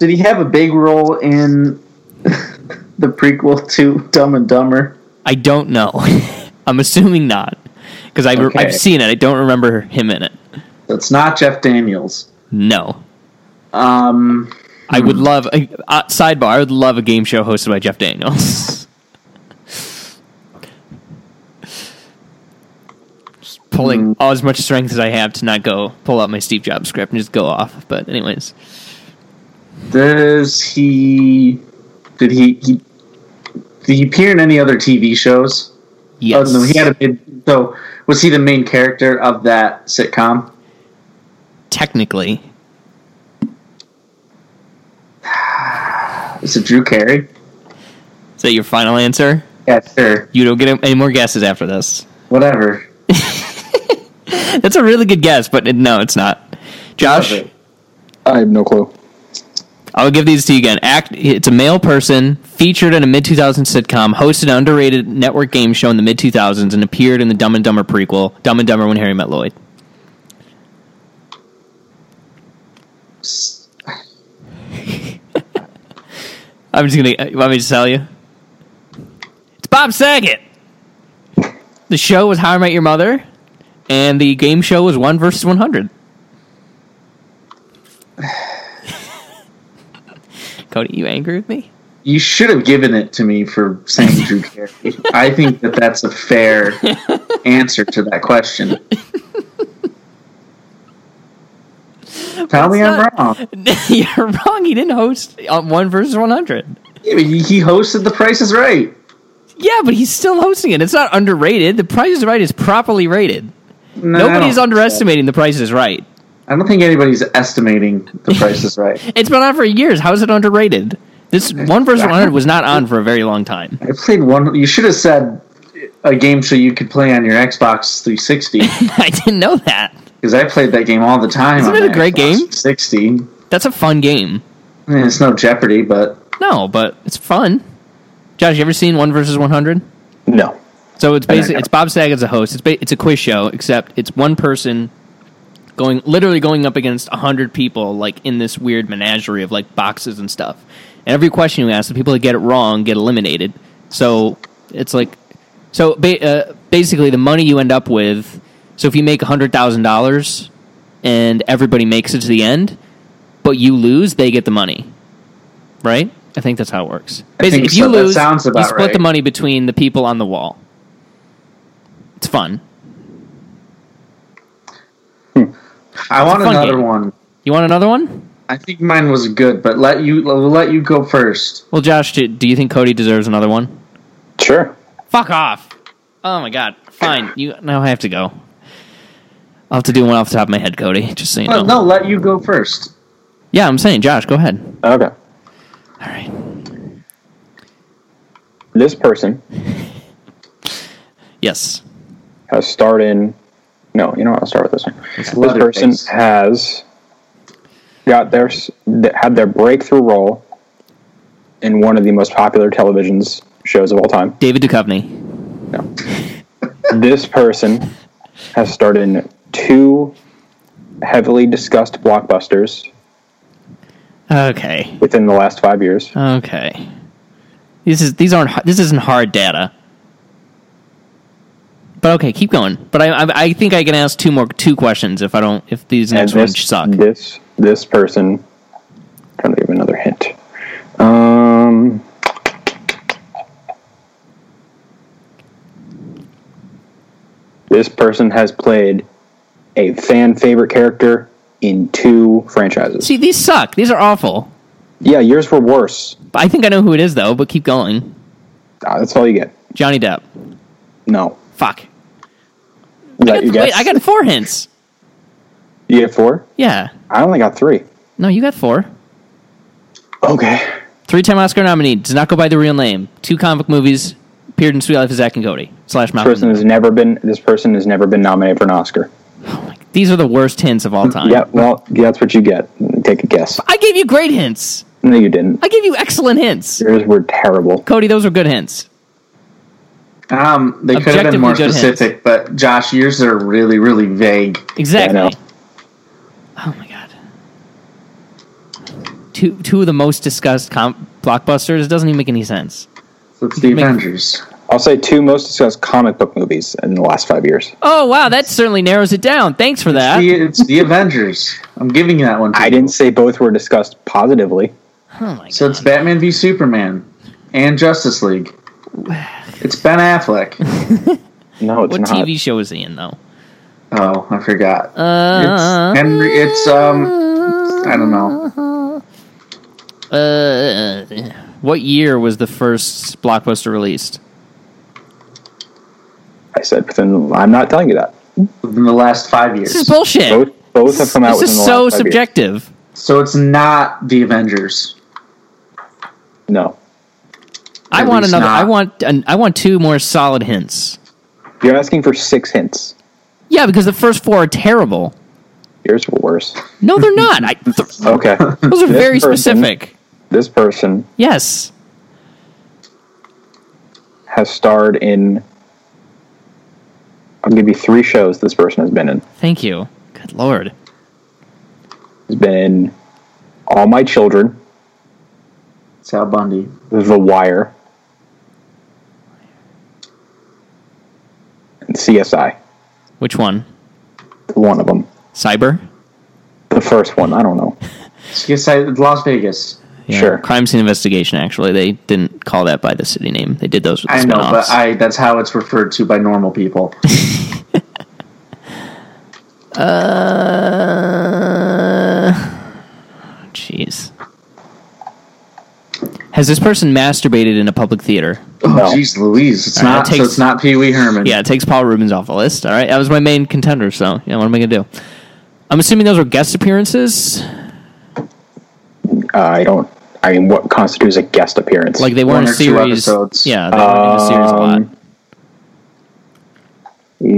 Speaker 4: Did he have a big role in the prequel to Dumb and Dumber?
Speaker 3: I don't know. I'm assuming not because I've,
Speaker 4: Okay.
Speaker 3: I've seen it. I don't remember him in it.
Speaker 4: That's not Jeff Daniels.
Speaker 3: No.
Speaker 4: Um.
Speaker 3: I would love a uh, sidebar. I would love a game show hosted by Jeff Daniels. just
Speaker 4: Hmm.
Speaker 3: pulling all as much strength as I have to not go pull out my Steve Jobs script and just go off. But anyways,
Speaker 4: Oh, Does he? Did he? he did he appear in any other TV shows?
Speaker 3: yes,
Speaker 4: Oh no, he had a big. So was he the main character of that sitcom?
Speaker 3: technically.
Speaker 4: Is it Drew Carey?
Speaker 3: Is that your final answer?
Speaker 4: Yeah, sure.
Speaker 3: You don't get any more guesses after this.
Speaker 4: Whatever.
Speaker 3: That's a really good guess, but it- no, it's not. Josh,
Speaker 4: Love it.
Speaker 2: I have no clue.
Speaker 3: I'll give these to you again. Act. It's a male person featured in a mid 2000s sitcom, hosted an underrated network game show in the mid 2000s, and appeared in the Dumb and Dumber prequel, Dumb and Dumber When Harry Met Lloyd.
Speaker 4: S-
Speaker 3: I'm just gonna. uh, You want me to tell you? It's Bob Saget. The show was How I Met Your Mother, and the game show was One versus 100. Cody, you angry with me?
Speaker 4: You should have given it to me for saying Drew Carey. I think that that's a fair answer to that question. Tell me I'm
Speaker 3: not-
Speaker 4: wrong.
Speaker 3: You're wrong. He didn't host on one versus one hundred.
Speaker 4: Yeah, but he he hosted The Price is Right.
Speaker 3: Yeah, but he's still hosting it. It's not underrated. The Price is Right is properly rated.
Speaker 4: No,
Speaker 3: Nobody's
Speaker 4: I don't-
Speaker 3: underestimating The Price is Right.
Speaker 4: I don't think anybody's estimating The Price is Right.
Speaker 3: It's been on for years. How is it underrated? This one versus one hundred was not on for a very long time.
Speaker 4: I played one. You should have said a game so you could play on your Xbox 360
Speaker 3: I didn't know that.
Speaker 4: because I played that game all the time.
Speaker 3: Isn't
Speaker 4: on
Speaker 3: it a
Speaker 4: my
Speaker 3: great
Speaker 4: Xbox
Speaker 3: game?
Speaker 4: 360.
Speaker 3: That's a fun game.
Speaker 4: I mean, it's no Jeopardy, but
Speaker 3: No, but it's fun. Josh, you ever seen one versus one hundred?
Speaker 2: No.
Speaker 3: So it's
Speaker 4: don't
Speaker 3: basically
Speaker 4: know.
Speaker 3: it's Bob Saget's a host. It's ba- it's a quiz show, except it's one person going literally going up against hundred people, like in this weird menagerie of like boxes and stuff. And every question you ask, the people that get it wrong get eliminated. So it's like so ba- uh, basically the money you end up with. So if you make hundred thousand dollars and everybody makes it to the end, but you lose, they get the money. Right? I think that's how it works.
Speaker 4: I think
Speaker 3: Basically, if you
Speaker 4: so. That
Speaker 3: lose,
Speaker 4: sounds
Speaker 3: you
Speaker 4: about
Speaker 3: split the
Speaker 4: right.
Speaker 3: money between the people on the wall. It's fun.
Speaker 4: I want
Speaker 3: a fun
Speaker 4: another
Speaker 3: game.
Speaker 4: one.
Speaker 3: You want another one?
Speaker 4: I think mine was good, but let you we'll let you go first.
Speaker 3: Well, Josh, do, do you think Cody deserves another one?
Speaker 2: Sure.
Speaker 3: Fuck off. Oh my god. Fine. You now I have to go. I'll have to do one off the top of my head, Cody. Just so you know.
Speaker 4: Well, Oh, no, let you go first.
Speaker 3: Yeah, I'm saying, Josh, go ahead.
Speaker 2: Okay.
Speaker 3: All right.
Speaker 2: This person
Speaker 3: Yes.
Speaker 2: has starred in. No, you know what? I'll start with this one. This
Speaker 4: Leatherface.
Speaker 2: person has got their s- th- had their breakthrough role in one of the most popular television shows of all time.
Speaker 3: David Duchovny.
Speaker 2: No. this person has starred in two heavily discussed blockbusters
Speaker 3: Okay.
Speaker 2: within the last five years.
Speaker 3: Okay. This is these aren't h- this isn't hard data. But okay, keep going. But I, I I think I can ask two more two questions if I don't if these next ones
Speaker 2: this,
Speaker 3: suck.
Speaker 2: this this person. trying to give another hint. Um, this person has played a fan favorite character in two franchises.
Speaker 3: See, these suck. These are awful.
Speaker 2: Yeah, yours were worse.
Speaker 3: But I think I know who it is though. But keep going.
Speaker 2: Ah, that's all you get.
Speaker 3: Johnny Depp.
Speaker 2: No.
Speaker 3: Fuck.
Speaker 2: Is
Speaker 3: I
Speaker 2: that
Speaker 3: got,
Speaker 2: your guess?
Speaker 3: wait, I got four hints.
Speaker 2: You get four?
Speaker 3: Yeah.
Speaker 2: I only got three.
Speaker 3: No, you got four.
Speaker 2: Okay.
Speaker 3: Three-time Oscar nominee. Does not go by the real name. Two comic movies. Appeared in Sweet Life of Zack and Cody. Slash Malcolm.
Speaker 2: Person has never been. This person has never been nominated for an Oscar.
Speaker 3: These are the worst hints of all time.
Speaker 2: Yeah. Well, that's what you get. Take a guess.
Speaker 3: I gave you great hints.
Speaker 2: No, you didn't.
Speaker 3: I gave you excellent hints.
Speaker 2: Yours were terrible.
Speaker 3: Cody, those were good hints.
Speaker 4: Um, they could have
Speaker 3: Objectively
Speaker 4: been more
Speaker 3: good
Speaker 4: specific, but Josh, yours are really really vague.
Speaker 3: Exactly.
Speaker 2: Yeah, I know.
Speaker 3: oh my god. Two two of the most discussed com- blockbusters. It doesn't even make any sense.
Speaker 4: It's the
Speaker 3: Make-
Speaker 4: Avengers.
Speaker 2: I'll say two most discussed comic book movies in the last five years.
Speaker 3: Oh wow, that certainly narrows it down. Thanks for that.
Speaker 4: The- it's the Avengers. I'm giving you that one. to
Speaker 2: I
Speaker 4: you.
Speaker 2: didn't say both were discussed positively.
Speaker 3: Oh my
Speaker 4: So it's Batman v Superman and Justice League. It's Ben Affleck.
Speaker 2: No, it's
Speaker 3: What
Speaker 2: not.
Speaker 3: TV show is he in though?
Speaker 4: Oh, I forgot.
Speaker 3: Uh,
Speaker 4: it's Henry. It's um. I don't know.
Speaker 3: Uh, what year was the first blockbuster released?
Speaker 2: I said within. I'm not telling you that.
Speaker 4: Within the last five
Speaker 3: This is
Speaker 4: years,
Speaker 3: bullshit.
Speaker 2: Both both have come out.
Speaker 3: this
Speaker 2: within
Speaker 3: is
Speaker 2: the
Speaker 3: so
Speaker 2: last five Years.
Speaker 3: subjective.
Speaker 4: so it's not the Avengers.
Speaker 2: No,
Speaker 3: I
Speaker 4: At
Speaker 3: want
Speaker 4: least
Speaker 3: another.
Speaker 4: not.
Speaker 3: I want. An, I want two more solid hints.
Speaker 2: you're asking for six hints.
Speaker 3: Yeah, because the first four are terrible.
Speaker 2: Yours were worse.
Speaker 3: No, they're not. I, th-
Speaker 2: Okay.
Speaker 3: those are
Speaker 2: This
Speaker 3: very
Speaker 2: person-
Speaker 3: specific.
Speaker 2: this person
Speaker 3: Yes.
Speaker 2: has starred in. I'll give you three shows this person has been in.
Speaker 3: Thank you. Good lord.
Speaker 2: Has been in All My Children,
Speaker 4: It's Al Bundy.
Speaker 2: The Wire, and CSI.
Speaker 3: Which one?
Speaker 2: One of them.
Speaker 3: Cyber.
Speaker 2: The first one. I don't know.
Speaker 4: CSI Las Vegas.
Speaker 2: Sure.
Speaker 3: Crime scene investigation. Actually, they didn't call that by the city name. They did those with the
Speaker 4: I know,
Speaker 3: spin-offs.
Speaker 4: but I that's how it's referred to by normal people.
Speaker 3: Oh, Uh, Has this person masturbated in a public theater?
Speaker 2: No.
Speaker 4: Oh, jeez, Louise. It's
Speaker 3: All right,
Speaker 4: not.
Speaker 3: it takes-
Speaker 4: so it's not Pee Wee Herman.
Speaker 3: Yeah, it takes Paul Rubens off the list. All right, that was my main contender. So yeah, what am I gonna do? I'm assuming those were guest appearances.
Speaker 2: Uh, I don't. I mean, what constitutes a guest appearance?
Speaker 3: Like they
Speaker 4: One
Speaker 3: weren't
Speaker 4: or two
Speaker 3: series.
Speaker 4: episodes.
Speaker 3: Yeah, they weren't in the series a lot.
Speaker 2: Um,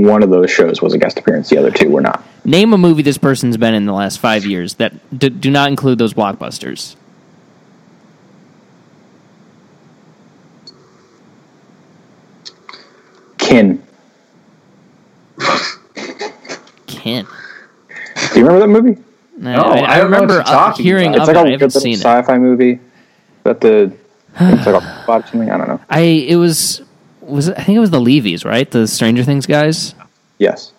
Speaker 2: one of those shows was a guest appearance. The other two were not.
Speaker 3: Name a movie this person's been in the last five years that d- do not include those blockbusters.
Speaker 2: Kin.
Speaker 3: Kin.
Speaker 2: Do you remember that movie?
Speaker 3: No,
Speaker 4: I don't know
Speaker 3: I,
Speaker 4: what
Speaker 3: remember
Speaker 4: you're
Speaker 3: uh,
Speaker 4: talking
Speaker 3: hearing of
Speaker 4: about.
Speaker 2: It's
Speaker 3: it.
Speaker 2: like
Speaker 3: I
Speaker 2: a
Speaker 3: haven't
Speaker 2: good little
Speaker 3: seen it.
Speaker 2: sci-fi movie. That the it's like a plot or something. I don't know.
Speaker 3: I it was was it, I think it was the Levies, right? The Stranger Things guys.
Speaker 2: Yes.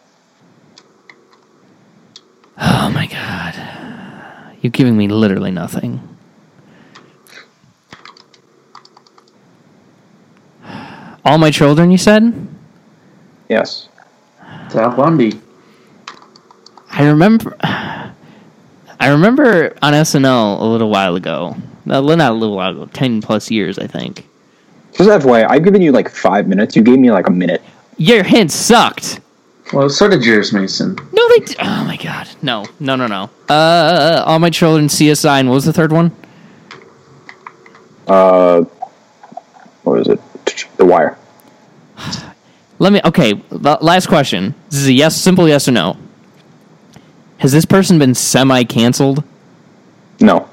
Speaker 3: Oh my god, you're giving me literally nothing. All my children, you said.
Speaker 2: Yes.
Speaker 4: Al Bundy.
Speaker 3: I remember. I remember on SNL a little while ago. No, not a little while ago, ten plus years, I think.
Speaker 2: Just FYI, I've given you like five minutes. You gave me like a minute.
Speaker 3: Your hints sucked.
Speaker 4: Well, so did yours, Mason.
Speaker 3: No, they. D- oh my god. No, no, no, no. Uh, all my children, CSI, and what was the third one?
Speaker 2: Uh, what was it? The Wire.
Speaker 3: Let me. Okay, la- last question. This is a yes, simple yes or no. Has this person been semi-canceled?
Speaker 2: No.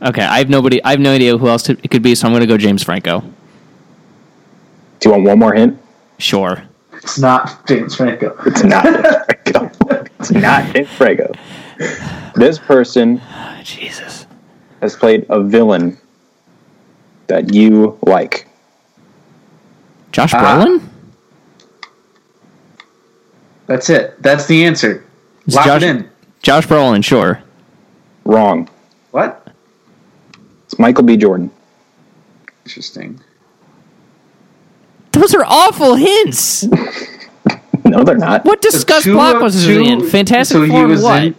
Speaker 3: Okay, I have nobody. I have no idea who else it could be, so I'm going to go James Franco.
Speaker 2: Do you want one more hint?
Speaker 3: Sure.
Speaker 4: It's not James Franco.
Speaker 2: It's not Dick Frago. It's not Dick Frago. This person
Speaker 3: Ah, Jesus.
Speaker 2: has played a villain that you like.
Speaker 3: Josh
Speaker 4: Ah.
Speaker 3: Brolin.
Speaker 4: That's it. That's the answer.
Speaker 3: Is
Speaker 4: Lock
Speaker 3: Josh,
Speaker 4: it in.
Speaker 3: Josh Brolin, sure.
Speaker 2: Wrong.
Speaker 4: What?
Speaker 2: It's Michael B. Jordan.
Speaker 4: Interesting.
Speaker 3: Those are awful hints.
Speaker 2: No, they're not.
Speaker 3: What disgust
Speaker 4: Two of-
Speaker 3: blockbusters
Speaker 4: two-
Speaker 3: are they in? Fantastic
Speaker 4: so he
Speaker 3: Four, and
Speaker 4: was
Speaker 3: what?
Speaker 4: in-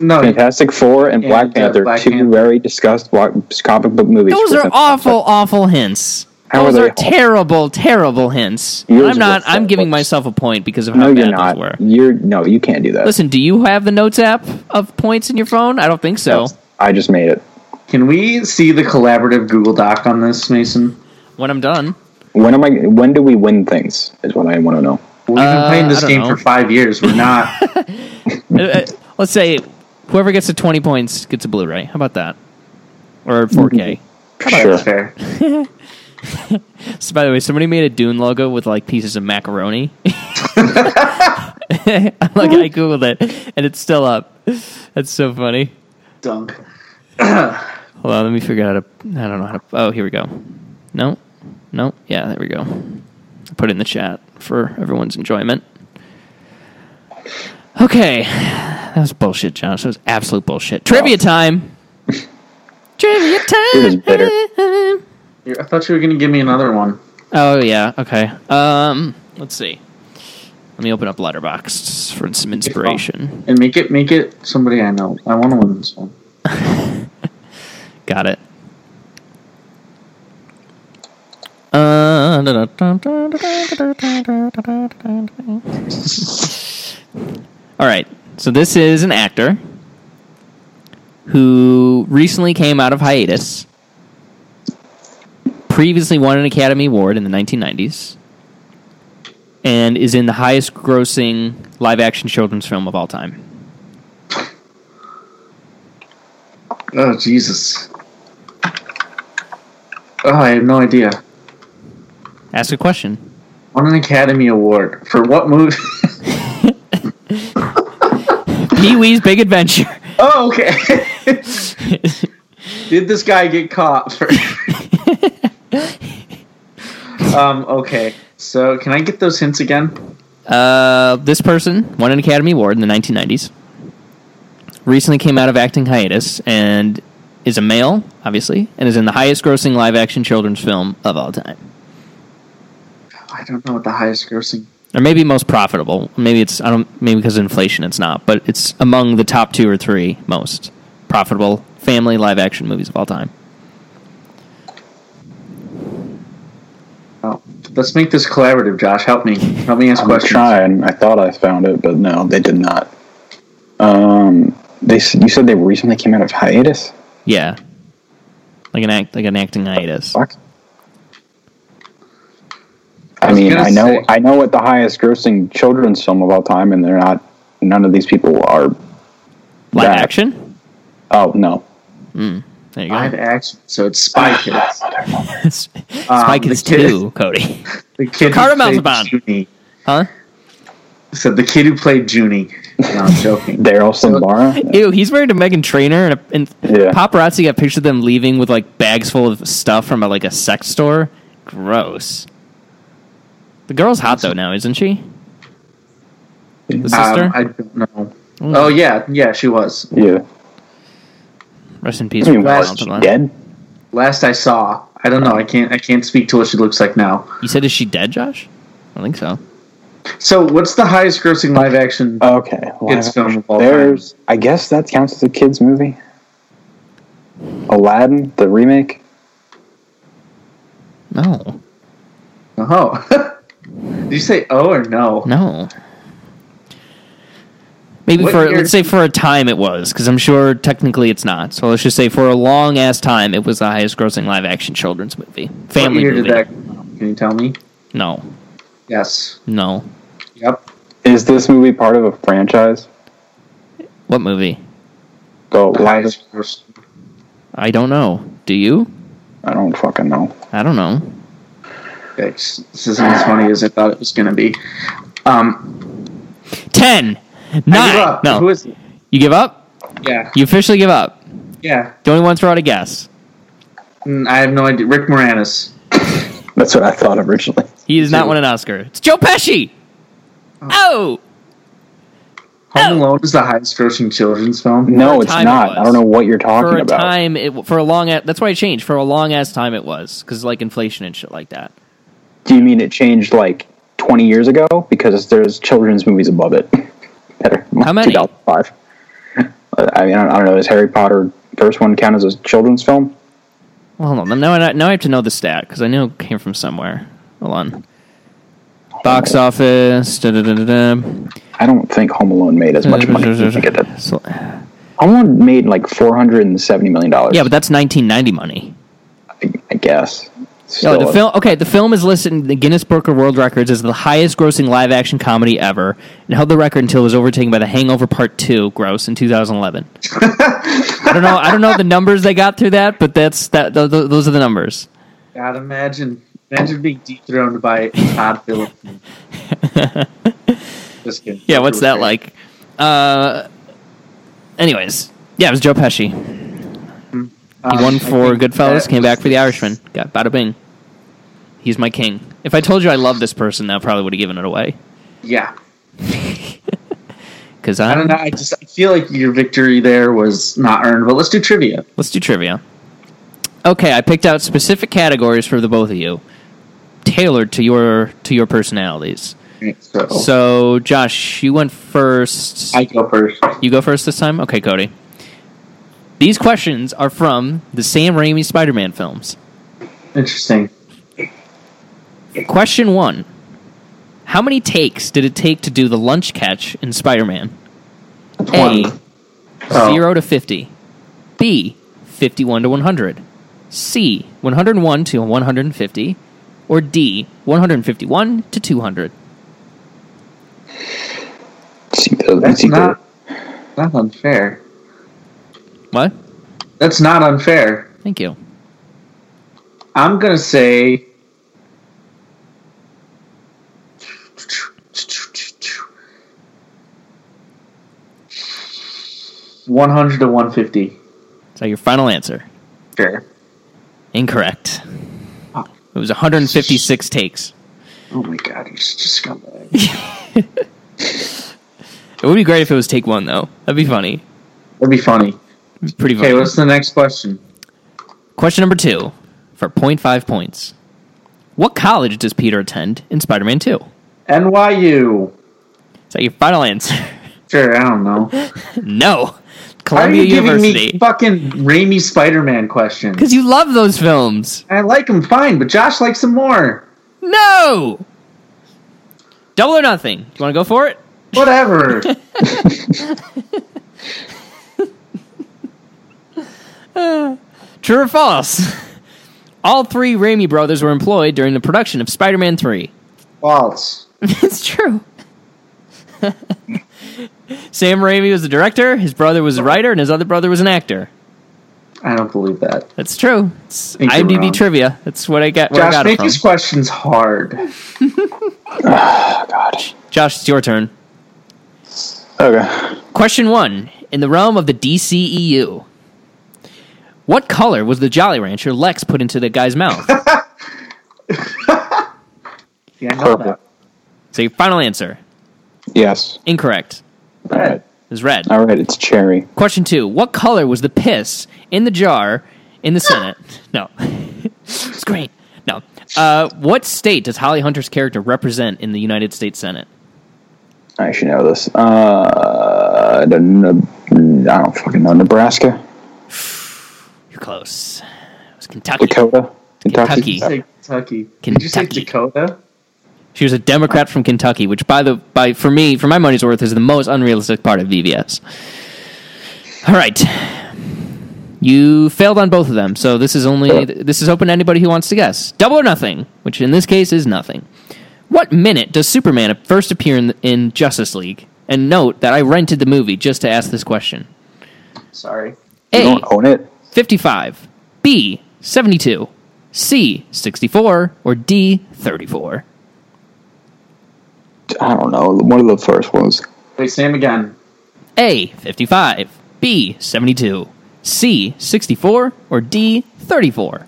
Speaker 4: no,
Speaker 2: Fantastic Four and
Speaker 4: And,
Speaker 2: Black
Speaker 4: uh,
Speaker 2: Panther,
Speaker 4: Black
Speaker 2: two
Speaker 4: Panther.
Speaker 2: very discussed block, comic book movies.
Speaker 3: Those are
Speaker 2: But
Speaker 3: awful, awful hints.
Speaker 2: How are
Speaker 3: those
Speaker 2: they
Speaker 3: are,
Speaker 2: awful?
Speaker 3: terrible, terrible hints.
Speaker 2: Yours
Speaker 3: I'm not.
Speaker 2: were
Speaker 3: I'm giving
Speaker 2: awful.
Speaker 3: myself a point because of how
Speaker 2: No,
Speaker 3: bad
Speaker 2: you're
Speaker 3: those
Speaker 2: not.
Speaker 3: were.
Speaker 2: You're no, you can't do that.
Speaker 3: Listen, do you have the notes app of points in your phone? I don't think so.
Speaker 2: That's- I just made it.
Speaker 4: Can we see the collaborative Google Doc on this, Mason?
Speaker 3: When I'm done,
Speaker 2: When am I? When do we win things? Is what I want to know.
Speaker 4: We've
Speaker 3: Uh,
Speaker 4: been playing
Speaker 3: I
Speaker 4: this
Speaker 3: don't
Speaker 4: game
Speaker 3: know.
Speaker 4: for five years. We're not.
Speaker 3: Uh, uh, let's say whoever gets to 20 points gets a Blu-ray. How about that? Or 4K.
Speaker 2: Sure.
Speaker 4: That's fair.
Speaker 3: So, by the way, somebody made a Dune logo with like pieces of macaroni. like I googled it, and it's still up. That's so funny.
Speaker 4: Dunk.
Speaker 3: Hold on, let me figure out how to. I don't know how to. Oh, here we go. No, no, yeah, there we go. Put it in the chat for everyone's enjoyment. Okay, that was bullshit, Josh. That was absolute bullshit. Trivia time. Trivia
Speaker 2: It is
Speaker 3: time.
Speaker 2: bitter.
Speaker 4: You're- I thought you were going to give me another one.
Speaker 3: Oh yeah. Okay. Um. Let's see. Let me open up Letterboxd for some inspiration.
Speaker 4: And make it make it somebody I know. I want to win this one.
Speaker 3: Got it. Uh, da- da- da- da- da- da- da- da- da- da- da- da. All right. So this is an actor who recently came out of hiatus. Previously won an Academy Award in the 1990s, and is in the highest-grossing live-action children's film of all time.
Speaker 4: Oh Jesus. Oh, I have no idea.
Speaker 3: Ask a question.
Speaker 4: Won an Academy Award for what movie?
Speaker 3: Pee Wee's Big Adventure.
Speaker 4: oh, okay. Did this guy get caught for? um. Okay. So, can I get those hints again?
Speaker 3: Uh, this person won an Academy Award in the 1990s. Recently came out of acting hiatus and is a male, obviously, and is in the highest grossing live action children's film of all time.
Speaker 4: I don't know what the highest grossing.
Speaker 3: Or maybe most profitable. Maybe it's, I don't, maybe because of inflation it's not, but it's among the top two or three most profitable family live action movies of all time.
Speaker 4: Oh, Let's make this collaborative, Josh. Help me. Help me ask
Speaker 2: I'm
Speaker 4: questions.
Speaker 2: trying. I thought I found it, but no, they did not. Um, they s- you said they recently came out of hiatus.
Speaker 3: Yeah, like an act, like an acting hiatus.
Speaker 2: Fuck. I
Speaker 4: was
Speaker 2: mean,
Speaker 4: gonna
Speaker 2: I know,
Speaker 4: say-
Speaker 2: I know what the highest-grossing children's film of all time, and they're not. None of these people are.
Speaker 3: Live
Speaker 2: that.
Speaker 3: action.
Speaker 2: Oh no,
Speaker 3: There you
Speaker 4: Live
Speaker 3: go.
Speaker 4: action. So it's Spy Kids.
Speaker 3: Spike
Speaker 4: um, the
Speaker 3: is
Speaker 4: kid-
Speaker 3: two, Cody.
Speaker 4: The kid
Speaker 3: Ricardo
Speaker 4: who played
Speaker 3: Montalban.
Speaker 4: Junie.
Speaker 3: Huh?
Speaker 4: Said the kid who played Junie. No, I'm joking.
Speaker 2: Daryl Sambara.
Speaker 3: Ew, he's married to Megan Trainor, and, a, and
Speaker 2: Yeah.
Speaker 3: paparazzi got pictures of them leaving with like bags full of stuff from a, like a sex store. Gross. The girl's hot though now, isn't she? The sister.
Speaker 4: Um, I don't know. Oh yeah, yeah, she was.
Speaker 2: Yeah,
Speaker 3: Rest in peace.
Speaker 2: I mean,
Speaker 3: Ricardo
Speaker 2: was
Speaker 4: last-
Speaker 2: she
Speaker 3: Montalban.
Speaker 2: dead?
Speaker 4: Last I saw, I don't know. I can't. I can't speak to what she looks like now.
Speaker 3: You said is she dead, Josh? I don't think so.
Speaker 4: So, what's the highest grossing live action?
Speaker 2: Uh, Okay,
Speaker 4: Kids film of all
Speaker 2: There's, I guess that counts as a kids movie. Aladdin, the remake.
Speaker 3: No,
Speaker 4: oh, did you say oh or no?
Speaker 3: no. Maybe
Speaker 4: What
Speaker 3: for
Speaker 4: year-
Speaker 3: let's say for a time it was because I'm sure technically it's not. So let's just say for a long ass time it was the highest grossing live action children's movie,
Speaker 4: what
Speaker 3: family
Speaker 4: year
Speaker 3: movie.
Speaker 4: did that? come out? Can you tell me?
Speaker 3: No,
Speaker 4: Yes.
Speaker 3: no.
Speaker 4: Yep.
Speaker 2: Is this movie part of a franchise?
Speaker 3: What movie?
Speaker 2: Go
Speaker 4: The
Speaker 2: live.
Speaker 4: highest grossing.
Speaker 3: I don't know. Do you?
Speaker 2: I don't fucking know.
Speaker 3: I don't know.
Speaker 4: Yikes. This isn't as funny as I thought it was going to be. Um,
Speaker 3: Ten.
Speaker 4: I give
Speaker 3: Nine.
Speaker 4: up. Who
Speaker 3: No.
Speaker 4: is it?
Speaker 3: You give up?
Speaker 4: Yeah.
Speaker 3: You officially give up.
Speaker 4: Yeah.
Speaker 3: The only one throw out a guess.
Speaker 4: Mm, I have no idea. Rick Moranis.
Speaker 2: That's what I thought originally.
Speaker 3: He does not
Speaker 4: Two.
Speaker 3: win an Oscar. It's Joe Pesci. Oh.
Speaker 4: Home Alone is the highest grossing children's film.
Speaker 2: No,
Speaker 3: a
Speaker 2: it's
Speaker 3: time it
Speaker 2: not. I
Speaker 3: was.
Speaker 2: don't know what you're
Speaker 3: for
Speaker 2: talking
Speaker 3: a
Speaker 2: about.
Speaker 3: time it for a long a- that's why it changed for a long ass time it was because like inflation and shit like that
Speaker 2: Do you mean it changed like 20 years ago? Because there's children's movies above it. Better.
Speaker 3: How many?
Speaker 2: 2005. I mean, I don't, I don't know. Does Harry Potter first one count as a children's film?
Speaker 3: well hold on now I, now I have to know the stat because I know it came from somewhere hold on box office da da da da
Speaker 2: I don't think Home Alone made as much money. as you think it did.
Speaker 3: yeah
Speaker 2: Home Alone made like 470 million dollars.
Speaker 3: but that's 1990 money
Speaker 2: I guess.
Speaker 3: Yo,
Speaker 2: Still
Speaker 3: Oh, the
Speaker 2: a-
Speaker 3: film okay the film is listed in the Guinness Book of World Records as the highest grossing live action comedy ever and held the record until it was overtaken by The Hangover Part 2 gross in 2011 I don't know I don't know the numbers they got through that but that's that th- th- those are the numbers
Speaker 4: God, imagine. Imagine being dethroned by Todd Phillips. Just kidding.
Speaker 3: Yeah, what's that like? Uh, anyways, yeah, it was Joe Pesci. He
Speaker 4: Um,
Speaker 3: won
Speaker 4: I
Speaker 3: for
Speaker 4: think
Speaker 3: Goodfellas,
Speaker 4: that
Speaker 3: came back for The
Speaker 4: was-
Speaker 3: Irishman. Got bada bing. He's my king. If I told you I love this person, that probably would have given it away.
Speaker 4: Yeah.
Speaker 3: Because
Speaker 4: I don't know. I just I feel like your victory there was not earned, but let's do trivia.
Speaker 3: Let's do trivia. Okay, I picked out specific categories for the both of you, tailored to your to your personalities.
Speaker 4: So,
Speaker 3: So, Josh, you went first.
Speaker 4: Oh. I go first.
Speaker 3: You go first this time? Okay, Cody. These questions are from the Sam Raimi Spider Man films.
Speaker 4: Interesting.
Speaker 3: Question one How many takes did it take to do the lunch catch in Spider Man? A,
Speaker 4: Twenty.
Speaker 3: 0
Speaker 4: Oh.
Speaker 3: to 50. B, 51 to 100. C, 101 to 150. Or D, 151 to 200.
Speaker 2: See, the-
Speaker 4: That's
Speaker 2: see the-
Speaker 4: not not unfair.
Speaker 3: What?
Speaker 4: That's not unfair.
Speaker 3: Thank you.
Speaker 4: I'm gonna say. One hundred to one fifty.
Speaker 3: So, your final answer.
Speaker 4: Fair.
Speaker 3: Incorrect.
Speaker 4: Ah.
Speaker 3: It was 156 takes.
Speaker 4: Oh my god, you're such a scumbag.
Speaker 3: It would be great if it was take one, though. That'd be funny.
Speaker 4: That'd be funny.
Speaker 3: Pretty funny.
Speaker 4: Okay, what's the next question?
Speaker 3: Question number two for 0.5 points. What college does Peter attend in Spider Man 2?
Speaker 4: NYU.
Speaker 3: Is that your final answer?
Speaker 4: Sure, I don't know.
Speaker 3: no.
Speaker 4: Why are
Speaker 3: Columbia
Speaker 4: you giving me
Speaker 3: University.
Speaker 4: fucking Raimi Spider Man questions?
Speaker 3: Because you love those films.
Speaker 4: I like them fine, but Josh likes them more.
Speaker 3: No. Double or nothing. Do you want to go for it?
Speaker 4: Whatever.
Speaker 3: True or false? All three Raimi brothers were employed during the production of Spider-Man 3.
Speaker 4: False.
Speaker 3: it's true. Sam Raimi was the director, his brother was a writer, and his other brother was an actor.
Speaker 4: I don't believe that.
Speaker 3: That's true. It's
Speaker 4: Think you're
Speaker 3: IMDb
Speaker 4: wrong.
Speaker 3: trivia. That's what I got. Where I
Speaker 4: Josh,
Speaker 3: got it
Speaker 4: make
Speaker 3: from.
Speaker 4: these questions hard.
Speaker 3: Josh, it's your turn.
Speaker 2: Okay.
Speaker 3: Question one. In the realm of the DCEU, what color was the Jolly Rancher Lex put into the guy's mouth?
Speaker 4: Yeah, I know
Speaker 2: Purple.
Speaker 4: that.
Speaker 3: so your final answer.
Speaker 2: Yes.
Speaker 3: Incorrect.
Speaker 2: All right.
Speaker 3: It was red.
Speaker 2: All right. It's cherry.
Speaker 3: Question two. What color was the piss in the jar in
Speaker 2: Ah!
Speaker 3: the Senate? no. it's green. No. Uh, what state does Holly Hunter's character represent in the United States Senate?
Speaker 2: I should know this. Uh, the, Ne- I don't fucking know. Nebraska,
Speaker 3: You're close. It was Kentucky.
Speaker 2: Dakota, Kentucky.
Speaker 3: Kentucky.
Speaker 4: Say Kentucky. Did you say
Speaker 3: Kentucky.
Speaker 4: Dakota?
Speaker 3: She was a Democrat from Kentucky, which by the by for me, for my money's worth, is the most unrealistic part of VBS. All right. You failed on both of them, so this is only this is open to anybody who wants to guess. Double or nothing, which in this case is nothing. What minute does Superman first appear in, in Justice League? And note that I rented the movie just to ask this question.
Speaker 4: Sorry.
Speaker 2: You
Speaker 3: A
Speaker 2: don't own it.
Speaker 3: 55, B 72, C 64, or D 34.
Speaker 2: I don't know. One of the first ones.
Speaker 4: Wait, Sam again.
Speaker 3: A 55, B 72, C 64, or D 34?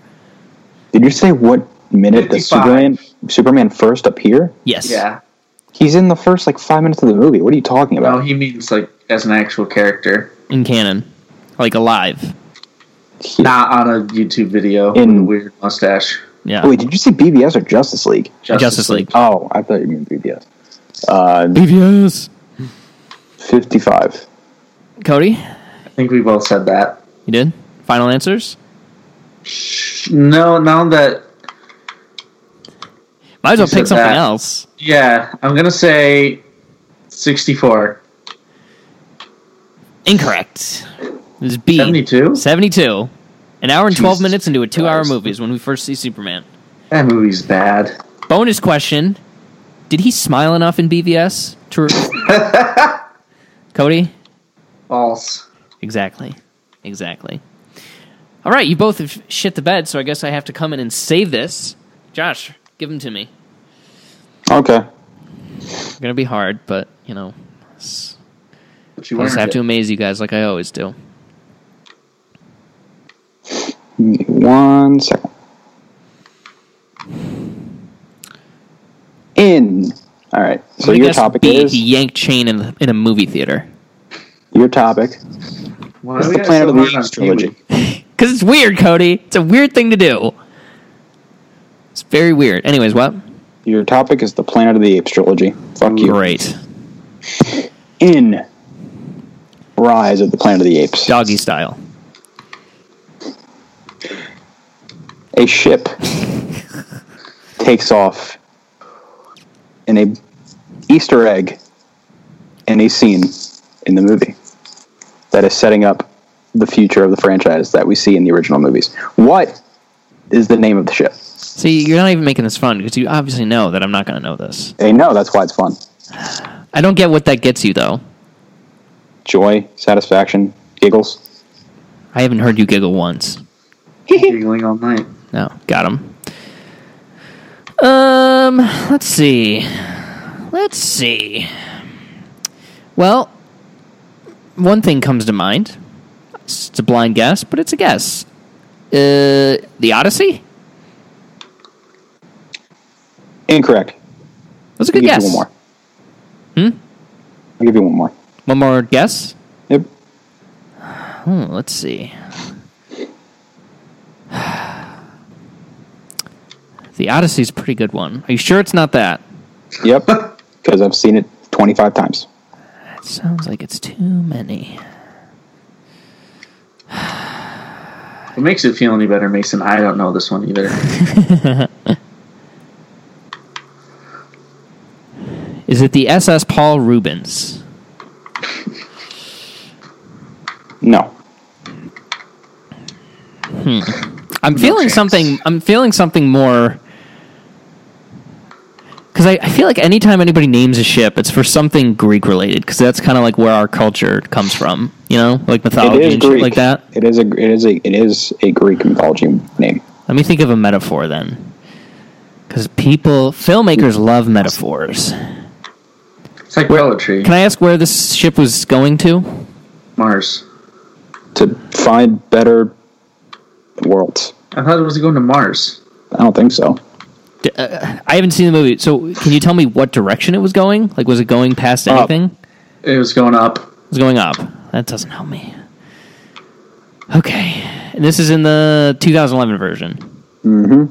Speaker 2: Did you say what minute does
Speaker 4: 55.
Speaker 2: Superman Superman first appear?
Speaker 3: Yes.
Speaker 4: Yeah.
Speaker 2: He's in the first like five minutes of the movie. What are you talking
Speaker 4: No,
Speaker 2: about?
Speaker 4: he means like as an actual character,
Speaker 3: In canon. Like alive.
Speaker 2: He-
Speaker 4: not on a YouTube video with a
Speaker 2: In-
Speaker 4: weird mustache.
Speaker 3: Yeah.
Speaker 2: Wait, did you say BBS or Justice League?
Speaker 3: Justice League.
Speaker 2: Oh, I thought you meant BBS. Uh,
Speaker 3: BVS.
Speaker 2: fifty-five.
Speaker 3: Cody,
Speaker 4: I think we both said that.
Speaker 3: you did? Final answers?
Speaker 4: No, now that
Speaker 3: Might as well
Speaker 4: You
Speaker 3: pick
Speaker 4: said
Speaker 3: something
Speaker 4: that.
Speaker 3: else.
Speaker 4: yeah, I'm gonna say sixty-four.
Speaker 3: Incorrect. It was B.
Speaker 4: 72?
Speaker 3: 72. An hour and 12
Speaker 4: Jesus
Speaker 3: minutes into a two hour
Speaker 4: Christ.
Speaker 3: movie is when we first see Superman.
Speaker 4: That movie's bad.
Speaker 3: Bonus question Did he smile enough in BVS? To... Cody?
Speaker 4: False.
Speaker 3: Exactly. Exactly. All right, you both have shit the bed, so I guess I have to come in and save this. Josh, give them to me.
Speaker 2: Okay.
Speaker 3: It's going to be hard, but, you know, s-
Speaker 4: But you
Speaker 3: I just
Speaker 4: weren't.
Speaker 3: have to amaze you guys like I always do.
Speaker 2: One second. In. All right. So
Speaker 3: I
Speaker 2: your
Speaker 3: guess
Speaker 2: topic
Speaker 3: B, E?
Speaker 2: is
Speaker 3: He yanked chain in, the, in a movie theater.
Speaker 2: your topic
Speaker 4: Why
Speaker 2: is
Speaker 4: we
Speaker 2: the
Speaker 4: got
Speaker 2: Planet
Speaker 4: so
Speaker 2: of the
Speaker 4: hard on
Speaker 2: Apes trilogy.
Speaker 4: Pee-wee?
Speaker 3: Because it's weird, Cody. It's a weird thing to do. It's very weird. Anyways, what?
Speaker 2: Your topic is the Planet of the Apes trilogy. Fuck you.
Speaker 3: Great.
Speaker 2: In. Rise of the Planet of the Apes.
Speaker 3: Doggy style.
Speaker 2: A ship takes off in a Easter egg in a scene in the movie that is setting up the future of the franchise that we see in the original movies. What is the name of the ship?
Speaker 3: See, you're not even making this fun because you obviously know that I'm not going to know this.
Speaker 2: They know that's why it's fun.
Speaker 3: I don't get what that gets you, though.
Speaker 2: Joy, satisfaction, giggles.
Speaker 3: I haven't heard you giggle once.
Speaker 4: Giggling all night.
Speaker 3: No, got him. Um, let's see. Let's see. Well, one thing comes to mind. It's a blind guess, but it's a guess. Uh, the Odyssey?
Speaker 2: Incorrect.
Speaker 3: That's a
Speaker 2: I'll
Speaker 3: good guess.
Speaker 2: give you one more.
Speaker 3: Hmm?
Speaker 2: I'll give you one more.
Speaker 3: One more guess?
Speaker 2: Yep.
Speaker 3: Hmm, let's see. The Odyssey's a pretty good one. Are you sure it's not that?
Speaker 2: Yep. Because I've seen it 25 times.
Speaker 3: That sounds like it's too many.
Speaker 4: What makes it feel any better, Mason? I don't know this one either.
Speaker 3: Is it the SS Paul Rubens?
Speaker 2: No.
Speaker 3: I'm feeling
Speaker 4: chance.
Speaker 3: something. I'm feeling something more. Because I, I feel like anytime anybody names a ship, it's for something Greek related. Because that's kind of like where our culture comes from. You know, like
Speaker 2: It
Speaker 3: mythology
Speaker 2: is
Speaker 3: and shit
Speaker 2: Greek.
Speaker 3: like that.
Speaker 2: It is a it is a it is a Greek mythology name.
Speaker 3: Let me think of a metaphor then. Because people, filmmakers love metaphors.
Speaker 4: It's like poetry.
Speaker 3: Can I ask where this ship was going to?
Speaker 4: Mars.
Speaker 2: To find better worlds.
Speaker 4: I thought it was going to Mars.
Speaker 2: I don't think so.
Speaker 3: D- uh, I haven't seen the movie, so can you tell me what direction it was going? Like, was it going past
Speaker 2: Up.
Speaker 3: anything?
Speaker 4: It was going up.
Speaker 3: It was going up. That doesn't help me. Okay, and this is in the 2011 version.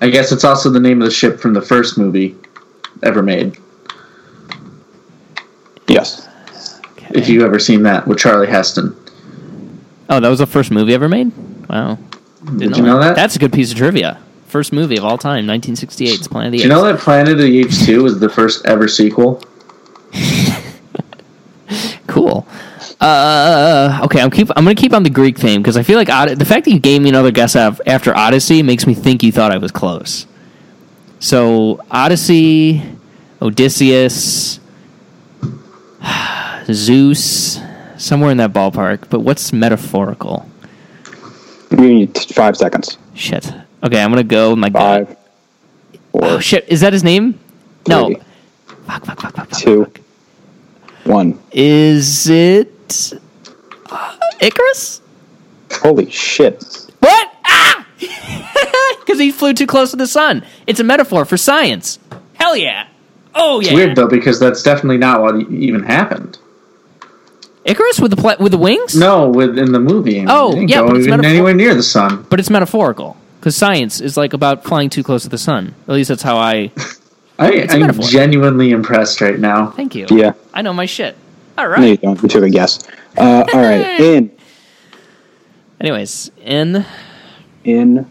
Speaker 4: I guess it's also the name of the ship from the first movie ever made.
Speaker 2: Yes.
Speaker 4: If you've ever seen that with Charlie Heston.
Speaker 3: Oh, that was the first movie ever made. Wow, Didn't
Speaker 4: Did you know that?
Speaker 3: That's a good piece of trivia. First movie of all time, 1968's Planet of the Apes.
Speaker 4: Do you know that Planet of the Apes 2 was the first ever sequel?
Speaker 3: Cool. Uh, okay, I'm keep. I'm gonna keep on the Greek theme because I feel like Od- the fact that you gave me another guess af- after Odyssey makes me think you thought I was close. So Odyssey, Odysseus, Zeus, somewhere in that ballpark. But what's metaphorical?
Speaker 2: You need t- five seconds.
Speaker 3: Shit. Okay, I'm gonna go with my gut.
Speaker 2: Five, four,
Speaker 3: Oh shit! Is that his name? No.
Speaker 2: Three.
Speaker 3: Fuck! Fuck! Fuck! Fuck! fuck,
Speaker 2: Two.
Speaker 3: fuck.
Speaker 2: one.
Speaker 3: Is it uh, Icarus?
Speaker 2: Holy shit.
Speaker 3: What? Ah! Because he flew too close to the sun. It's a metaphor for science. Hell yeah. Oh yeah.
Speaker 4: It's weird though because that's definitely not what e- even happened.
Speaker 3: Icarus with the pla with the wings.
Speaker 4: No, with in the movie. I mean,
Speaker 3: Oh,
Speaker 4: they didn't
Speaker 3: yeah,
Speaker 4: go
Speaker 3: but it's
Speaker 4: even
Speaker 3: metaphor-
Speaker 4: anywhere near the sun.
Speaker 3: But it's metaphorical because science is like about flying too close to the sun. At least that's how I.
Speaker 4: I,
Speaker 3: a
Speaker 4: I'm
Speaker 3: metaphor.
Speaker 4: genuinely impressed right now.
Speaker 3: Thank you.
Speaker 2: Yeah.
Speaker 3: I know my shit. All
Speaker 2: No, you
Speaker 3: right.
Speaker 2: don't. You took a guess. Uh, all right. In
Speaker 3: Anyways, in
Speaker 2: in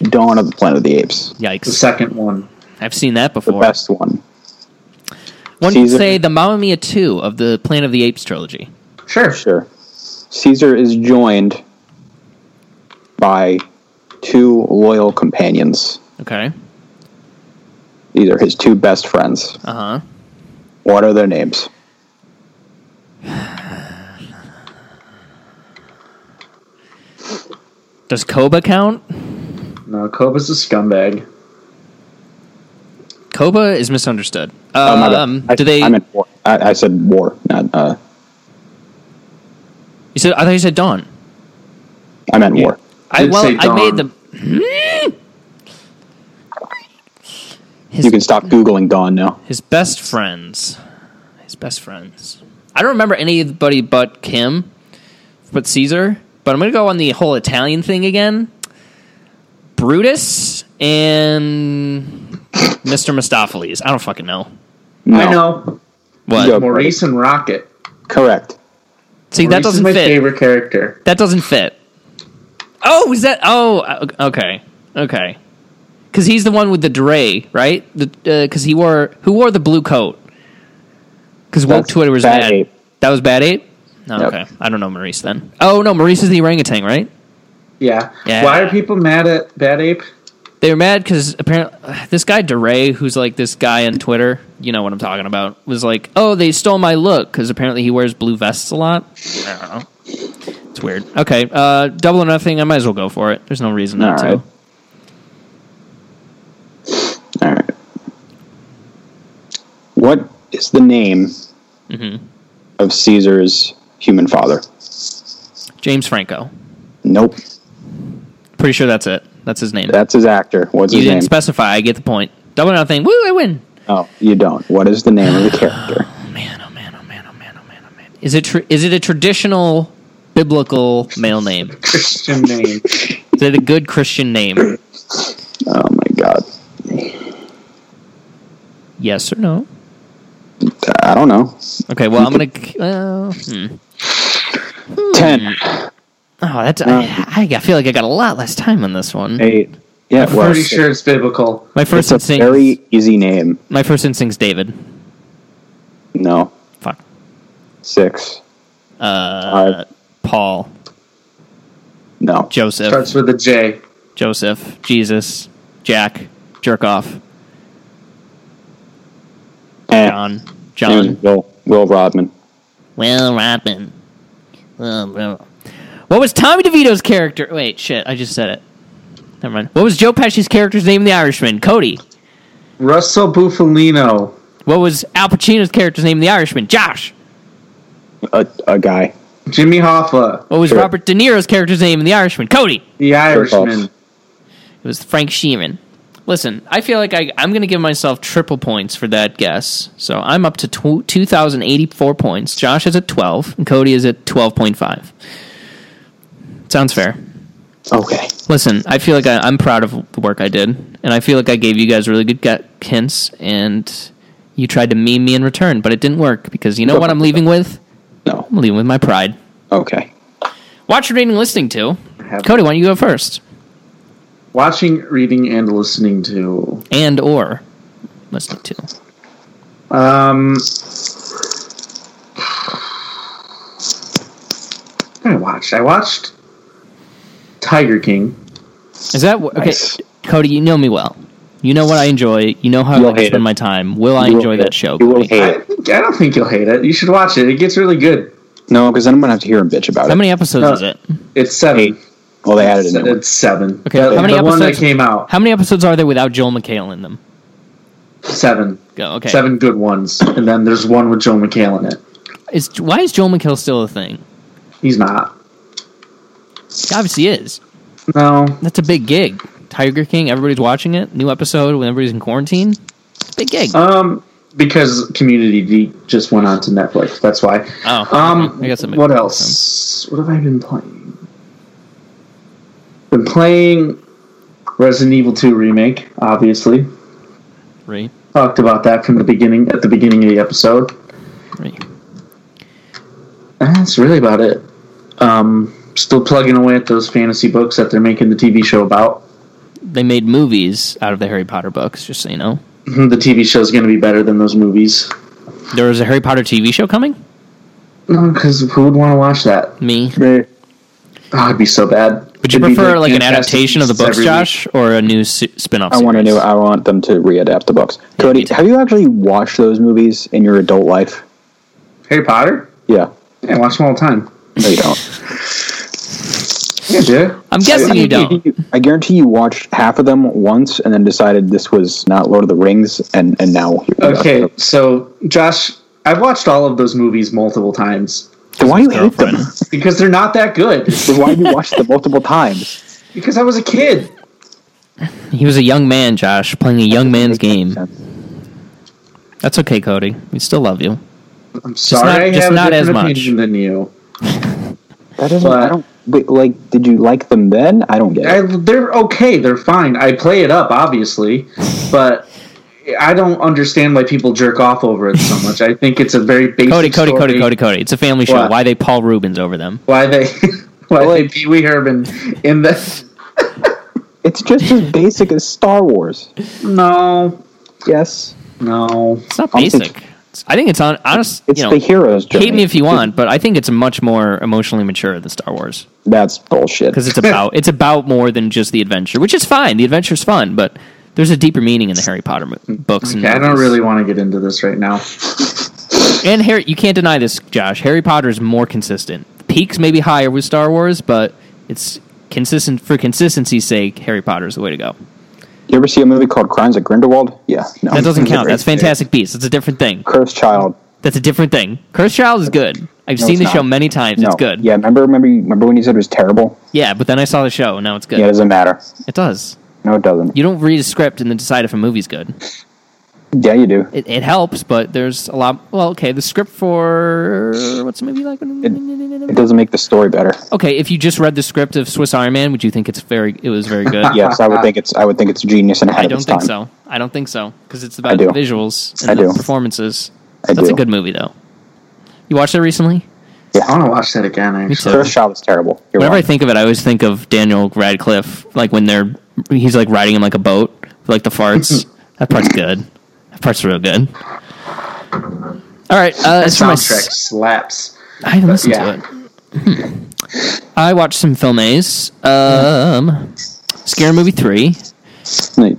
Speaker 2: Dawn of the Planet of the Apes,
Speaker 4: The
Speaker 3: yikes,
Speaker 4: second one.
Speaker 3: I've seen that
Speaker 2: the
Speaker 3: before.
Speaker 2: best one.
Speaker 3: One could
Speaker 2: Caesar.
Speaker 3: say the Mamma Mia two of the Planet of the Apes trilogy.
Speaker 4: Sure.
Speaker 2: Sure. Caesar is joined by two loyal companions.
Speaker 3: Okay.
Speaker 2: These are his two best friends.
Speaker 3: Uh huh.
Speaker 2: What are their names?
Speaker 3: Does Koba count?
Speaker 4: No, Koba's a scumbag.
Speaker 3: Koba is misunderstood.
Speaker 2: Oh, my bad.
Speaker 3: Um,
Speaker 2: I,
Speaker 3: do they?
Speaker 2: I meant war. I, I said war, not. Uh,
Speaker 3: you said I thought you said Dawn.
Speaker 2: I meant war.
Speaker 3: I
Speaker 4: Did
Speaker 3: well,
Speaker 4: say
Speaker 3: I made Hmm? the.
Speaker 4: Dawn.
Speaker 3: His,
Speaker 2: You can stop googling Dawn now.
Speaker 3: his best friends, his best friends. I don't remember anybody but Kim, but Caesar. But I'm gonna go on the whole Italian thing again. Brutus and Mr. Mistopheles. I don't fucking know.
Speaker 2: No.
Speaker 4: I know.
Speaker 3: What?
Speaker 2: Go.
Speaker 4: Maurice and Rocket.
Speaker 2: Correct.
Speaker 3: See,
Speaker 4: Maurice
Speaker 3: that doesn't
Speaker 4: is my
Speaker 3: fit.
Speaker 4: favorite character.
Speaker 3: That doesn't fit. Oh, is that? Oh, o- okay, okay. Because he's the one with the dray, right? Because he wore who wore the blue coat? Because woke
Speaker 2: That's
Speaker 3: Twitter was
Speaker 2: Bad
Speaker 3: bad.
Speaker 2: Ape.
Speaker 3: That was bad ape. Oh,
Speaker 2: Yep.
Speaker 3: Okay, I don't know Maurice then. Oh no, Maurice is the orangutan, right?
Speaker 4: Yeah.
Speaker 3: Yeah.
Speaker 4: Why are people mad at Bad Ape?
Speaker 3: They were mad because apparently this guy DeRay, who's like this guy on Twitter, you know what I'm talking about, was like, "Oh, they stole my look" because apparently he wears blue vests a lot. I don't know. It's weird. Okay, uh, double or nothing. I might as well go for it. There's no reason not
Speaker 2: All right.
Speaker 3: to.
Speaker 2: All right. What is the name
Speaker 3: Mm-hmm.
Speaker 2: of Caesar's human father?
Speaker 3: James Franco.
Speaker 2: Nope.
Speaker 3: Pretty sure that's it. That's his name.
Speaker 2: That's his actor. What's
Speaker 3: you
Speaker 2: his
Speaker 3: didn't
Speaker 2: name?
Speaker 3: specify. I get the point. Double or nothing. Woo! I win.
Speaker 2: oh, you don't. What is the name of the character?
Speaker 3: Oh man! Oh man! Oh man! Oh man! Oh man! Oh man! Is it tr is it a traditional biblical male name?
Speaker 4: Christian name.
Speaker 3: Is it a good Christian name?
Speaker 2: Oh my god.
Speaker 3: Yes or no?
Speaker 2: I don't know.
Speaker 3: Okay. Well, I'm gonna. Well, hmm.
Speaker 2: Ten,
Speaker 3: Oh, that's
Speaker 2: Uh,
Speaker 3: I, I feel like I got a lot less time on this one.
Speaker 2: eight. Yeah, it
Speaker 4: Pretty
Speaker 2: was.
Speaker 4: sure it's biblical.
Speaker 3: My first
Speaker 2: It's a
Speaker 3: instinct.
Speaker 2: very easy name.
Speaker 3: my first instinct's David.
Speaker 2: No.
Speaker 3: Fuck.
Speaker 2: Six.
Speaker 3: Uh, Paul,
Speaker 2: No.
Speaker 3: Joseph,
Speaker 4: Starts with a J.
Speaker 3: Joseph, Jesus, Jack, jerk off,
Speaker 2: Eh.
Speaker 3: John,
Speaker 2: It was
Speaker 3: John,
Speaker 2: Will, Will Rodman.
Speaker 3: Will Robin. Will Robin. What was Tommy DeVito's character? Wait, shit, I just said it. Never mind. What was Joe Pesci's character's name in The Irishman? Cody.
Speaker 4: Russell Bufalino.
Speaker 3: What was Al Pacino's character's name in The Irishman? Josh.
Speaker 2: A, a guy.
Speaker 4: Jimmy Hoffa.
Speaker 3: What was
Speaker 2: Sure.
Speaker 3: Robert De Niro's character's name in The Irishman? Cody.
Speaker 4: The Irishman.
Speaker 2: off.
Speaker 3: It was Frank Sheeran. Listen, I feel like I, I'm going to give myself triple points for that guess. So I'm up to tw- 2,084 points. Josh is at 12, and Cody is at 12.5. Sounds fair.
Speaker 2: Okay.
Speaker 3: Listen, I feel like I, I'm proud of the work I did, and I feel like I gave you guys really good gu- hints, and you tried to meme me in return, but it didn't work because you know what I'm leaving with?
Speaker 2: No.
Speaker 3: I'm leaving with my pride.
Speaker 2: Okay.
Speaker 3: Watch, reading, listening to.
Speaker 4: Have-
Speaker 3: Cody, why don't you go first?
Speaker 4: Watching, reading, and listening to.
Speaker 3: And or listening to.
Speaker 4: Um. what I watched. I watched Tiger King.
Speaker 3: Is that wh- okay?
Speaker 2: Nice.
Speaker 3: Cody, you know me well. You know what I enjoy. You know how I
Speaker 2: You'll
Speaker 3: like to
Speaker 2: hate
Speaker 3: spend
Speaker 2: it.
Speaker 3: my time. Will I
Speaker 2: You will
Speaker 3: enjoy
Speaker 2: hate
Speaker 3: that
Speaker 2: it.
Speaker 3: show?
Speaker 2: You will
Speaker 3: Cody?
Speaker 2: hate
Speaker 4: I,
Speaker 2: it.
Speaker 4: I don't think you'll hate it. You should watch it. It gets really good.
Speaker 2: No, because then I'm gonna have to hear him bitch about
Speaker 3: How
Speaker 2: it. Uh,
Speaker 3: many episodes
Speaker 4: No.
Speaker 3: is it?
Speaker 4: It's seven.
Speaker 2: Eight. Well, they added a new one.
Speaker 4: It's seven.
Speaker 3: Okay,
Speaker 4: The,
Speaker 3: how many
Speaker 4: the one that
Speaker 3: episodes-
Speaker 4: came out.
Speaker 3: How many episodes are there without Joel McHale in them?
Speaker 4: Seven.
Speaker 3: Go. Okay.
Speaker 4: Seven good ones, and then there's one with Joe McHale in it.
Speaker 3: Is why is Joel McHale still a thing?
Speaker 4: He's not.
Speaker 3: He obviously is.
Speaker 4: No,
Speaker 3: That's a big gig. Tiger King. Everybody's watching it. New episode when everybody's in quarantine. It's a big gig.
Speaker 2: Uh.
Speaker 4: um, because Community D just went on to Netflix. That's why.
Speaker 3: oh.
Speaker 4: Um,
Speaker 3: okay. I guess that makes
Speaker 4: what
Speaker 3: more
Speaker 4: else?
Speaker 3: sense.
Speaker 4: What have I been playing? Been playing Resident Evil 2 remake. Obviously,
Speaker 3: Three.
Speaker 4: talked about that from the beginning at the beginning of the episode.
Speaker 3: Three.
Speaker 4: That's really about it. Um, still plugging away at those fantasy books that they're making the TV show about.
Speaker 3: They made movies out of the Harry Potter books. Just so you know,
Speaker 4: The TV show's going to be better than those movies.
Speaker 3: there was a Harry Potter TV show coming.
Speaker 4: No, because who would want to watch that?
Speaker 3: Me.
Speaker 2: Eh,
Speaker 4: Oh, it'd be so bad.
Speaker 3: Would you
Speaker 4: It'd be
Speaker 3: prefer like an
Speaker 4: Fantastic
Speaker 3: adaptation of the
Speaker 4: Beasts
Speaker 3: books,
Speaker 4: every
Speaker 3: Josh, or a new su- spin-off?
Speaker 2: I want to
Speaker 3: series?
Speaker 2: know. I want them to readapt the books. Cody,
Speaker 3: me too.
Speaker 2: have you actually watched those movies in your adult life?
Speaker 4: week. Harry Potter?
Speaker 2: Yeah.
Speaker 4: Yeah, I watch them all the time.
Speaker 2: No, you don't.
Speaker 4: Yeah, dude.
Speaker 3: I'm guessing you don't.
Speaker 2: I guarantee you watched half of them once and then decided this was not Lord of the Rings, and and now.
Speaker 4: Okay, so Josh, I've watched all of those movies multiple times
Speaker 2: Then why do you hate them?
Speaker 3: Girlfriend.
Speaker 4: because they're not that good.
Speaker 2: Then why do you watch them multiple times?
Speaker 4: because I was a kid.
Speaker 3: He was a young man, Josh, playing a young man's game. That's okay, Cody. We still love you.
Speaker 4: I'm sorry,
Speaker 3: not-
Speaker 4: I
Speaker 3: just
Speaker 4: have
Speaker 3: not
Speaker 4: a
Speaker 3: as
Speaker 4: different
Speaker 3: much.
Speaker 4: opinion than you.
Speaker 2: That doesn't.
Speaker 4: But-
Speaker 2: I don't. But like, did you like them then? I don't get it.
Speaker 4: I, they're okay. They're fine. I play it up, obviously, but I don't understand why people jerk off over it so much. I think it's a very basic
Speaker 3: Cody, Cody,
Speaker 4: story.
Speaker 3: Cody, Cody, Cody. It's a family show.
Speaker 4: What?
Speaker 3: Why they Paul Rubens over them?
Speaker 4: Why they, why
Speaker 2: Well,
Speaker 4: they
Speaker 2: it-
Speaker 4: Pee Wee Herman in the
Speaker 2: It's just as basic as Star Wars.
Speaker 4: no,
Speaker 2: Yes,
Speaker 4: no.
Speaker 3: It's not
Speaker 2: Um, it's-
Speaker 3: basic. It's- I think it's on. Honest,
Speaker 2: it's
Speaker 3: you know,
Speaker 2: the hero's journey.
Speaker 3: hate me if you want, but I think it's much more emotionally mature than Star Wars
Speaker 2: That's bullshit.
Speaker 3: because it's about it's about more than just the adventure, which is fine. The adventure's fun, but there's a deeper meaning in the Harry Potter mo- books. and
Speaker 4: Okay, I don't
Speaker 3: movies.
Speaker 4: really want to get into this right now.
Speaker 3: And Harry, you can't deny this, Josh. Harry Potter is more consistent. Peaks may be higher with Star Wars, but it's consistent for consistency's sake. Harry Potter is the way to go.
Speaker 2: You ever see a movie called Crimes at Grindelwald? Yeah, no.
Speaker 3: That doesn't count. That's Fantastic Beasts. That's a different thing.
Speaker 2: Cursed Child.
Speaker 3: That's a different thing. Cursed Child is good. I've
Speaker 2: No,
Speaker 3: seen
Speaker 2: it's
Speaker 3: the
Speaker 2: not.
Speaker 3: show many times.
Speaker 2: No.
Speaker 3: It's good.
Speaker 2: Yeah, remember, remember, you- remember when you said it was terrible?
Speaker 3: Yeah, but then I saw the show and now it's good.
Speaker 2: Yeah, it doesn't matter.
Speaker 3: It does.
Speaker 2: No, it doesn't.
Speaker 3: You don't read a script and then decide if a movie's good.
Speaker 2: yeah, you do.
Speaker 3: It, it helps, but there's a lot. Well, okay, the script for what's the movie like?
Speaker 2: It doesn't make the story better.
Speaker 3: Okay, if you just read the script of Swiss Army Man, would you think it's very? It was very good.
Speaker 2: Yes, I would think it's. I would think it's genius and ahead
Speaker 3: I
Speaker 2: of
Speaker 3: don't
Speaker 2: its
Speaker 3: think
Speaker 2: time.
Speaker 3: so. I don't think so because it's about the
Speaker 2: do.
Speaker 3: visuals and
Speaker 2: I
Speaker 3: the
Speaker 2: do.
Speaker 3: performances.
Speaker 2: I
Speaker 3: That's
Speaker 2: do.
Speaker 3: a good movie though. You watched it recently?
Speaker 4: I want to watch that again. Actually,
Speaker 3: too.
Speaker 2: Cursed Child is terrible. You're
Speaker 3: Whenever I
Speaker 2: wrong.
Speaker 3: think of it, I always think of Daniel Radcliffe, like when they're he's like riding in like a boat, like the farts. that part's good. That part's real good. All right, uh,
Speaker 4: That
Speaker 3: as for my
Speaker 4: soundtrack
Speaker 3: s-
Speaker 4: slaps.
Speaker 3: I listened
Speaker 4: yeah.
Speaker 3: to it. Hmm. I watched some filmes. Um, Scare Movie Three.
Speaker 2: Oh,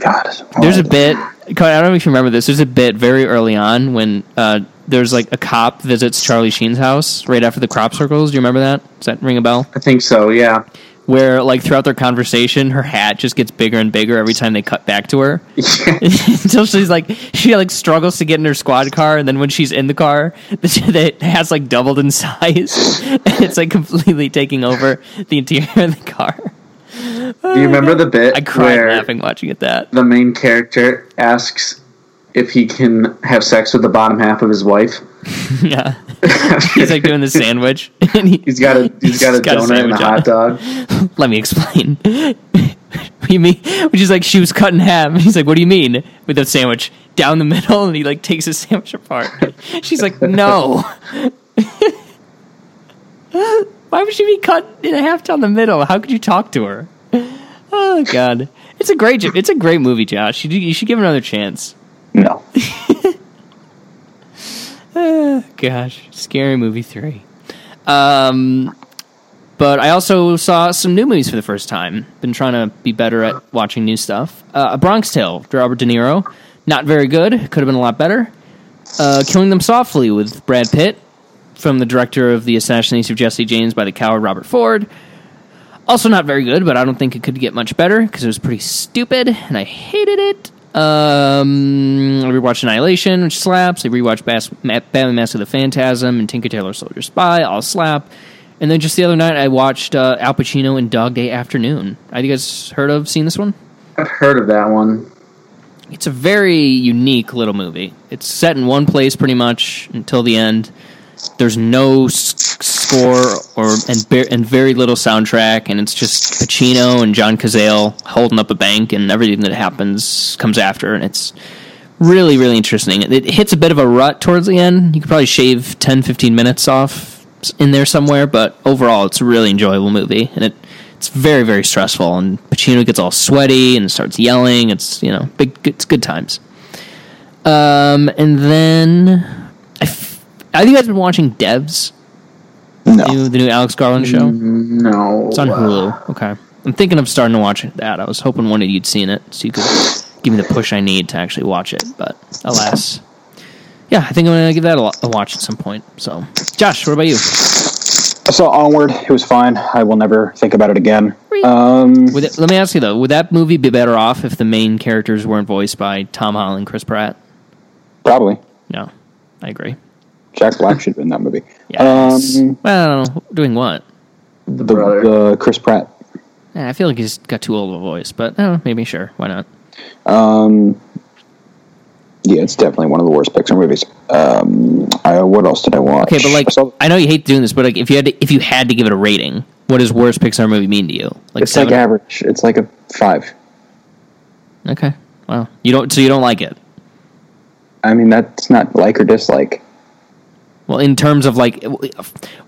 Speaker 2: God.
Speaker 3: There's a bit. Cody, I don't know if you remember this. There's a bit very early on when uh, there's like a cop visits Charlie Sheen's house right after the crop circles. Do you remember that? Does that ring a bell?
Speaker 4: I think so. Yeah.
Speaker 3: Where like throughout their conversation, her hat just gets bigger and bigger every time they cut back to her. Until she's like, she like struggles to get in her squad car, and then when she's in the car, the it has like doubled in size. it's like completely taking over the interior of the car.
Speaker 4: Do you remember the bit
Speaker 3: I cried
Speaker 4: where
Speaker 3: laughing watching at that.
Speaker 4: the main character asks if he can have sex with the bottom half of his wife?
Speaker 3: Yeah. He's like doing the sandwich, and he,
Speaker 4: He's got a he's got a donut and a
Speaker 3: sandwich on
Speaker 4: hot dog.
Speaker 3: it. Let me explain. What do you mean? Which is like she was cut in half. And he's like, "What do you mean with a sandwich down the middle?" And he like takes his sandwich apart. She's like, "No." Why would she be cut in half down the middle? How could you talk to her? Oh God, it's a great jo- it's a great movie, Josh. You, do- you should give it another chance.
Speaker 2: No.
Speaker 3: Gosh, scary movie three. Um, but I also saw some new movies for the first time. Been trying to be better at watching new stuff. Uh, a Bronx Tale, Robert De Niro, not very good. Could have been a lot better. Uh, Killing Them Softly with Brad Pitt, from the director of The Assassination of Jesse James by the coward Robert Ford. Also not very good, but I don't think it could get much better because it was pretty stupid and I hated it. Um, I rewatched Annihilation, which slaps. I rewatched Bas- Ma- Batman: Mask of the Phantasm and Tinker Tailor Soldier Spy, all slap. And then just the other night, I watched uh, Al Pacino in Dog Day Afternoon. Have you guys heard of, seen this one?
Speaker 4: I've heard of that one.
Speaker 3: It's a very unique little movie. It's set in one place pretty much until the end. There's no s- score or and be- and very little soundtrack, and it's just Pacino and John Cazale holding up a bank, and everything that happens comes after, and it's really really interesting. It hits a bit of a rut towards the end. You could probably shave 10, 15 minutes off s- in there somewhere, but overall, it's a really enjoyable movie, and it it's very very stressful. And Pacino gets all sweaty and starts yelling. It's you know big it's good times. Um, and then I, f- I think I've been watching Devs,
Speaker 2: No.
Speaker 3: new, the new Alex Garland show.
Speaker 4: No. uh,
Speaker 3: It's on Hulu. Okay. I'm thinking of starting to watch that. I was hoping one of you'd seen it so you could give me the push I need to actually watch it, but alas. Yeah, I think I'm going to give that a, lo- a watch at some point. So, Josh, what about you?
Speaker 2: I saw Onward. It was fine. I will never think about it again. Um,
Speaker 3: Would it, let me ask you, though, would that movie be better off if the main characters weren't voiced by Tom Holland and Chris Pratt?
Speaker 2: probably.
Speaker 3: No, I agree.
Speaker 2: Jack Black should have been in that movie.
Speaker 3: Yes.
Speaker 2: Um,
Speaker 3: well, doing what?
Speaker 4: The
Speaker 2: the,
Speaker 4: brother.
Speaker 2: the Chris Pratt.
Speaker 3: Eh, I feel like he's got too old of a voice, but eh, maybe sure. Why not?
Speaker 2: Yeah, it's definitely one of the worst Pixar movies. Um, I, what else did I watch?
Speaker 3: Okay, but like
Speaker 2: I saw-
Speaker 3: I know you hate doing this, but like if you had to, if you had to give it a rating, what does worst Pixar movie mean to you? Like
Speaker 2: it's like average. It's like a five.
Speaker 3: okay, wow, you don't so you don't like it.
Speaker 2: I mean, that's not like or dislike.
Speaker 3: Well, in terms of like,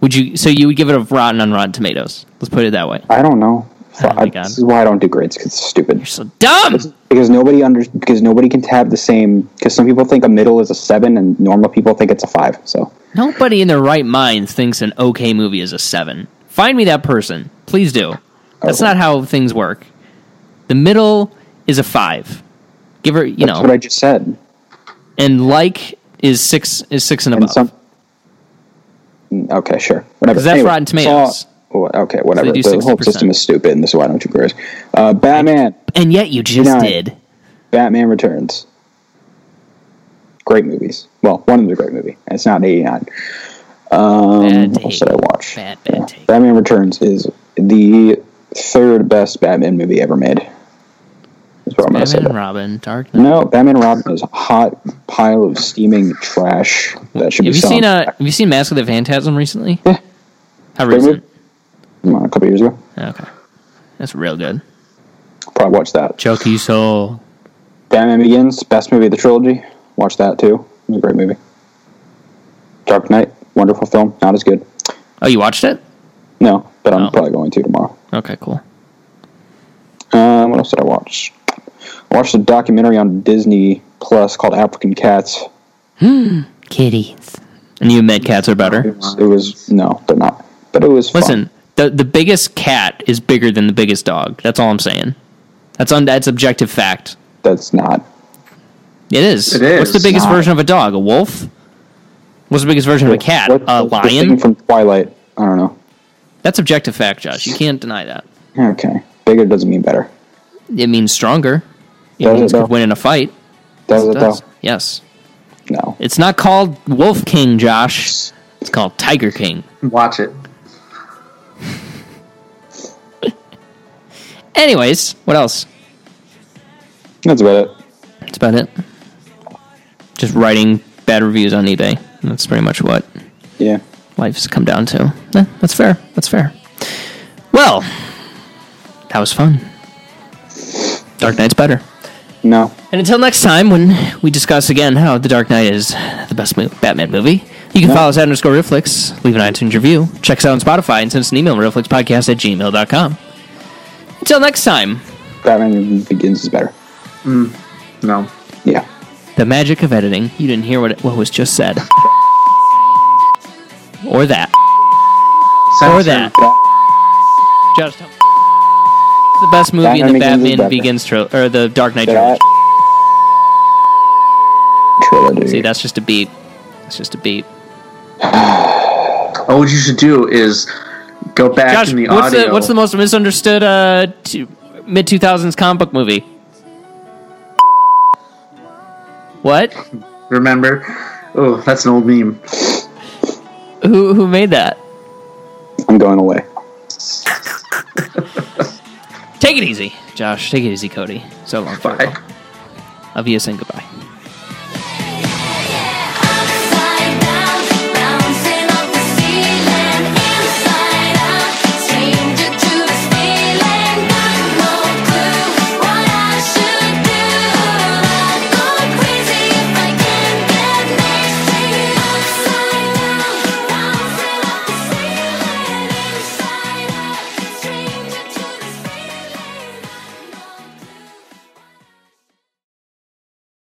Speaker 3: would you so you would give it a rotten on Rotten Tomatoes? Let's put it that way.
Speaker 2: I don't know.
Speaker 3: Oh my
Speaker 2: I-
Speaker 3: God.
Speaker 2: This is why I don't do grades because it's stupid.
Speaker 3: So dumb.
Speaker 2: Because nobody under because nobody can have the same. Because some people think a middle is a seven, and normal people think it's a five. So
Speaker 3: Nobody in their right mind thinks an okay movie is a seven. Find me that person, please do. That's
Speaker 2: Oh.
Speaker 3: not how things work. The middle is a five. Give her, you
Speaker 2: that's
Speaker 3: know,
Speaker 2: what I just said.
Speaker 3: and like is six is six and above.
Speaker 2: And some. Mm, Okay, sure. Whatever.
Speaker 3: 'Cause that's Rotten Tomatoes.
Speaker 2: saw- wha- okay, whatever.
Speaker 3: do
Speaker 2: The whole
Speaker 3: 60%.
Speaker 2: system is stupid, and this is why I don't do grades. Uh, Batman.
Speaker 3: and yet you just
Speaker 2: Nine.
Speaker 3: did.
Speaker 2: Batman Returns. Great movies. Well, one of them is a great movie. and It's not an 89. Um,
Speaker 3: Bad
Speaker 2: what
Speaker 3: take.
Speaker 2: else did I watch?
Speaker 3: Bad, bad
Speaker 2: Yeah.
Speaker 3: take.
Speaker 2: Batman Returns is the third best Batman movie ever made. That's what I'm going to say.
Speaker 3: Batman and
Speaker 2: about-
Speaker 3: Robin, Dark Knight.
Speaker 2: No, Batman and Robin is a hot pile of steaming trash that should
Speaker 3: Have
Speaker 2: be
Speaker 3: you seen
Speaker 2: selling
Speaker 3: uh Have you seen Mask of the Phantasm recently?
Speaker 2: Yeah.
Speaker 3: How
Speaker 2: Great
Speaker 3: recent?
Speaker 2: Come on, a couple years ago.
Speaker 3: Okay, that's real good.
Speaker 2: Probably watched that.
Speaker 3: Chucky Soul.
Speaker 2: Batman Begins, best movie of the trilogy. Watch that too. It was a great movie. Dark Knight, wonderful film. Not as good.
Speaker 3: Oh, you watched it?
Speaker 2: No, but I'm
Speaker 3: Oh.
Speaker 2: probably going to tomorrow.
Speaker 3: Okay, cool.
Speaker 2: Um, what else did I watch? I watched a documentary on Disney Plus called African Cats.
Speaker 3: kitties. And you admit cats are better.
Speaker 2: It was no, they're not. But it was fun.
Speaker 3: Listen, the the biggest cat is bigger than the biggest dog. That's all I'm saying. That's un, that's objective fact.
Speaker 2: That's not.
Speaker 3: It is.
Speaker 4: It is.
Speaker 3: What's the biggest
Speaker 2: Not-
Speaker 3: version of a dog? A wolf? What's the biggest version of a cat?
Speaker 2: What-
Speaker 3: a
Speaker 2: what's The thing
Speaker 3: lion?
Speaker 2: from Twilight. I don't know.
Speaker 3: That's objective fact, Josh. You can't deny that.
Speaker 2: Okay, bigger doesn't mean better.
Speaker 3: It means stronger. It
Speaker 2: Does it,
Speaker 3: means
Speaker 2: though?
Speaker 3: could win in a fight.
Speaker 2: Does it,
Speaker 3: It does.
Speaker 2: though?
Speaker 3: Yes.
Speaker 2: No.
Speaker 3: It's not called Wolf King, Josh. It's called Tiger King.
Speaker 4: Watch it.
Speaker 3: Anyways, what else?
Speaker 2: That's about it.
Speaker 3: That's about it. Just writing bad reviews on eBay. That's pretty much what
Speaker 2: Yeah.
Speaker 3: life's come down to. Eh, that's fair. That's fair. Well, that was fun. Dark Knight's better.
Speaker 2: No.
Speaker 3: And until next time, when we discuss again how The Dark Knight is the best mo- Batman movie, you can follow us at underscore Reflex, leave an iTunes review, check us out on Spotify, and send us an email to reflexpodcast at gmail.com. Until next time,
Speaker 2: Batman Begins is better.
Speaker 4: No.
Speaker 2: Yeah.
Speaker 3: the magic of editing. You didn't hear what, what was just said. Or that. Or that. Josh, tell the best movie in the
Speaker 2: Batman
Speaker 3: Batman
Speaker 2: Begins
Speaker 3: Begins tro- or the Dark Knight
Speaker 2: That
Speaker 3: trilogy.
Speaker 2: trilogy.
Speaker 3: See, that's just a beat. That's just a beat.
Speaker 4: Oh, what you should do is go back
Speaker 3: Josh,
Speaker 4: in the
Speaker 3: what's
Speaker 4: audio.
Speaker 3: the what's the most misunderstood uh, mid two thousands comic book movie? What?
Speaker 4: Remember? Oh, that's an old meme.
Speaker 3: Who who made that?
Speaker 2: I'm going away.
Speaker 3: Take it easy, Josh. Take it easy, Cody. So long,
Speaker 4: Bye.
Speaker 3: farewell. Of you and goodbye.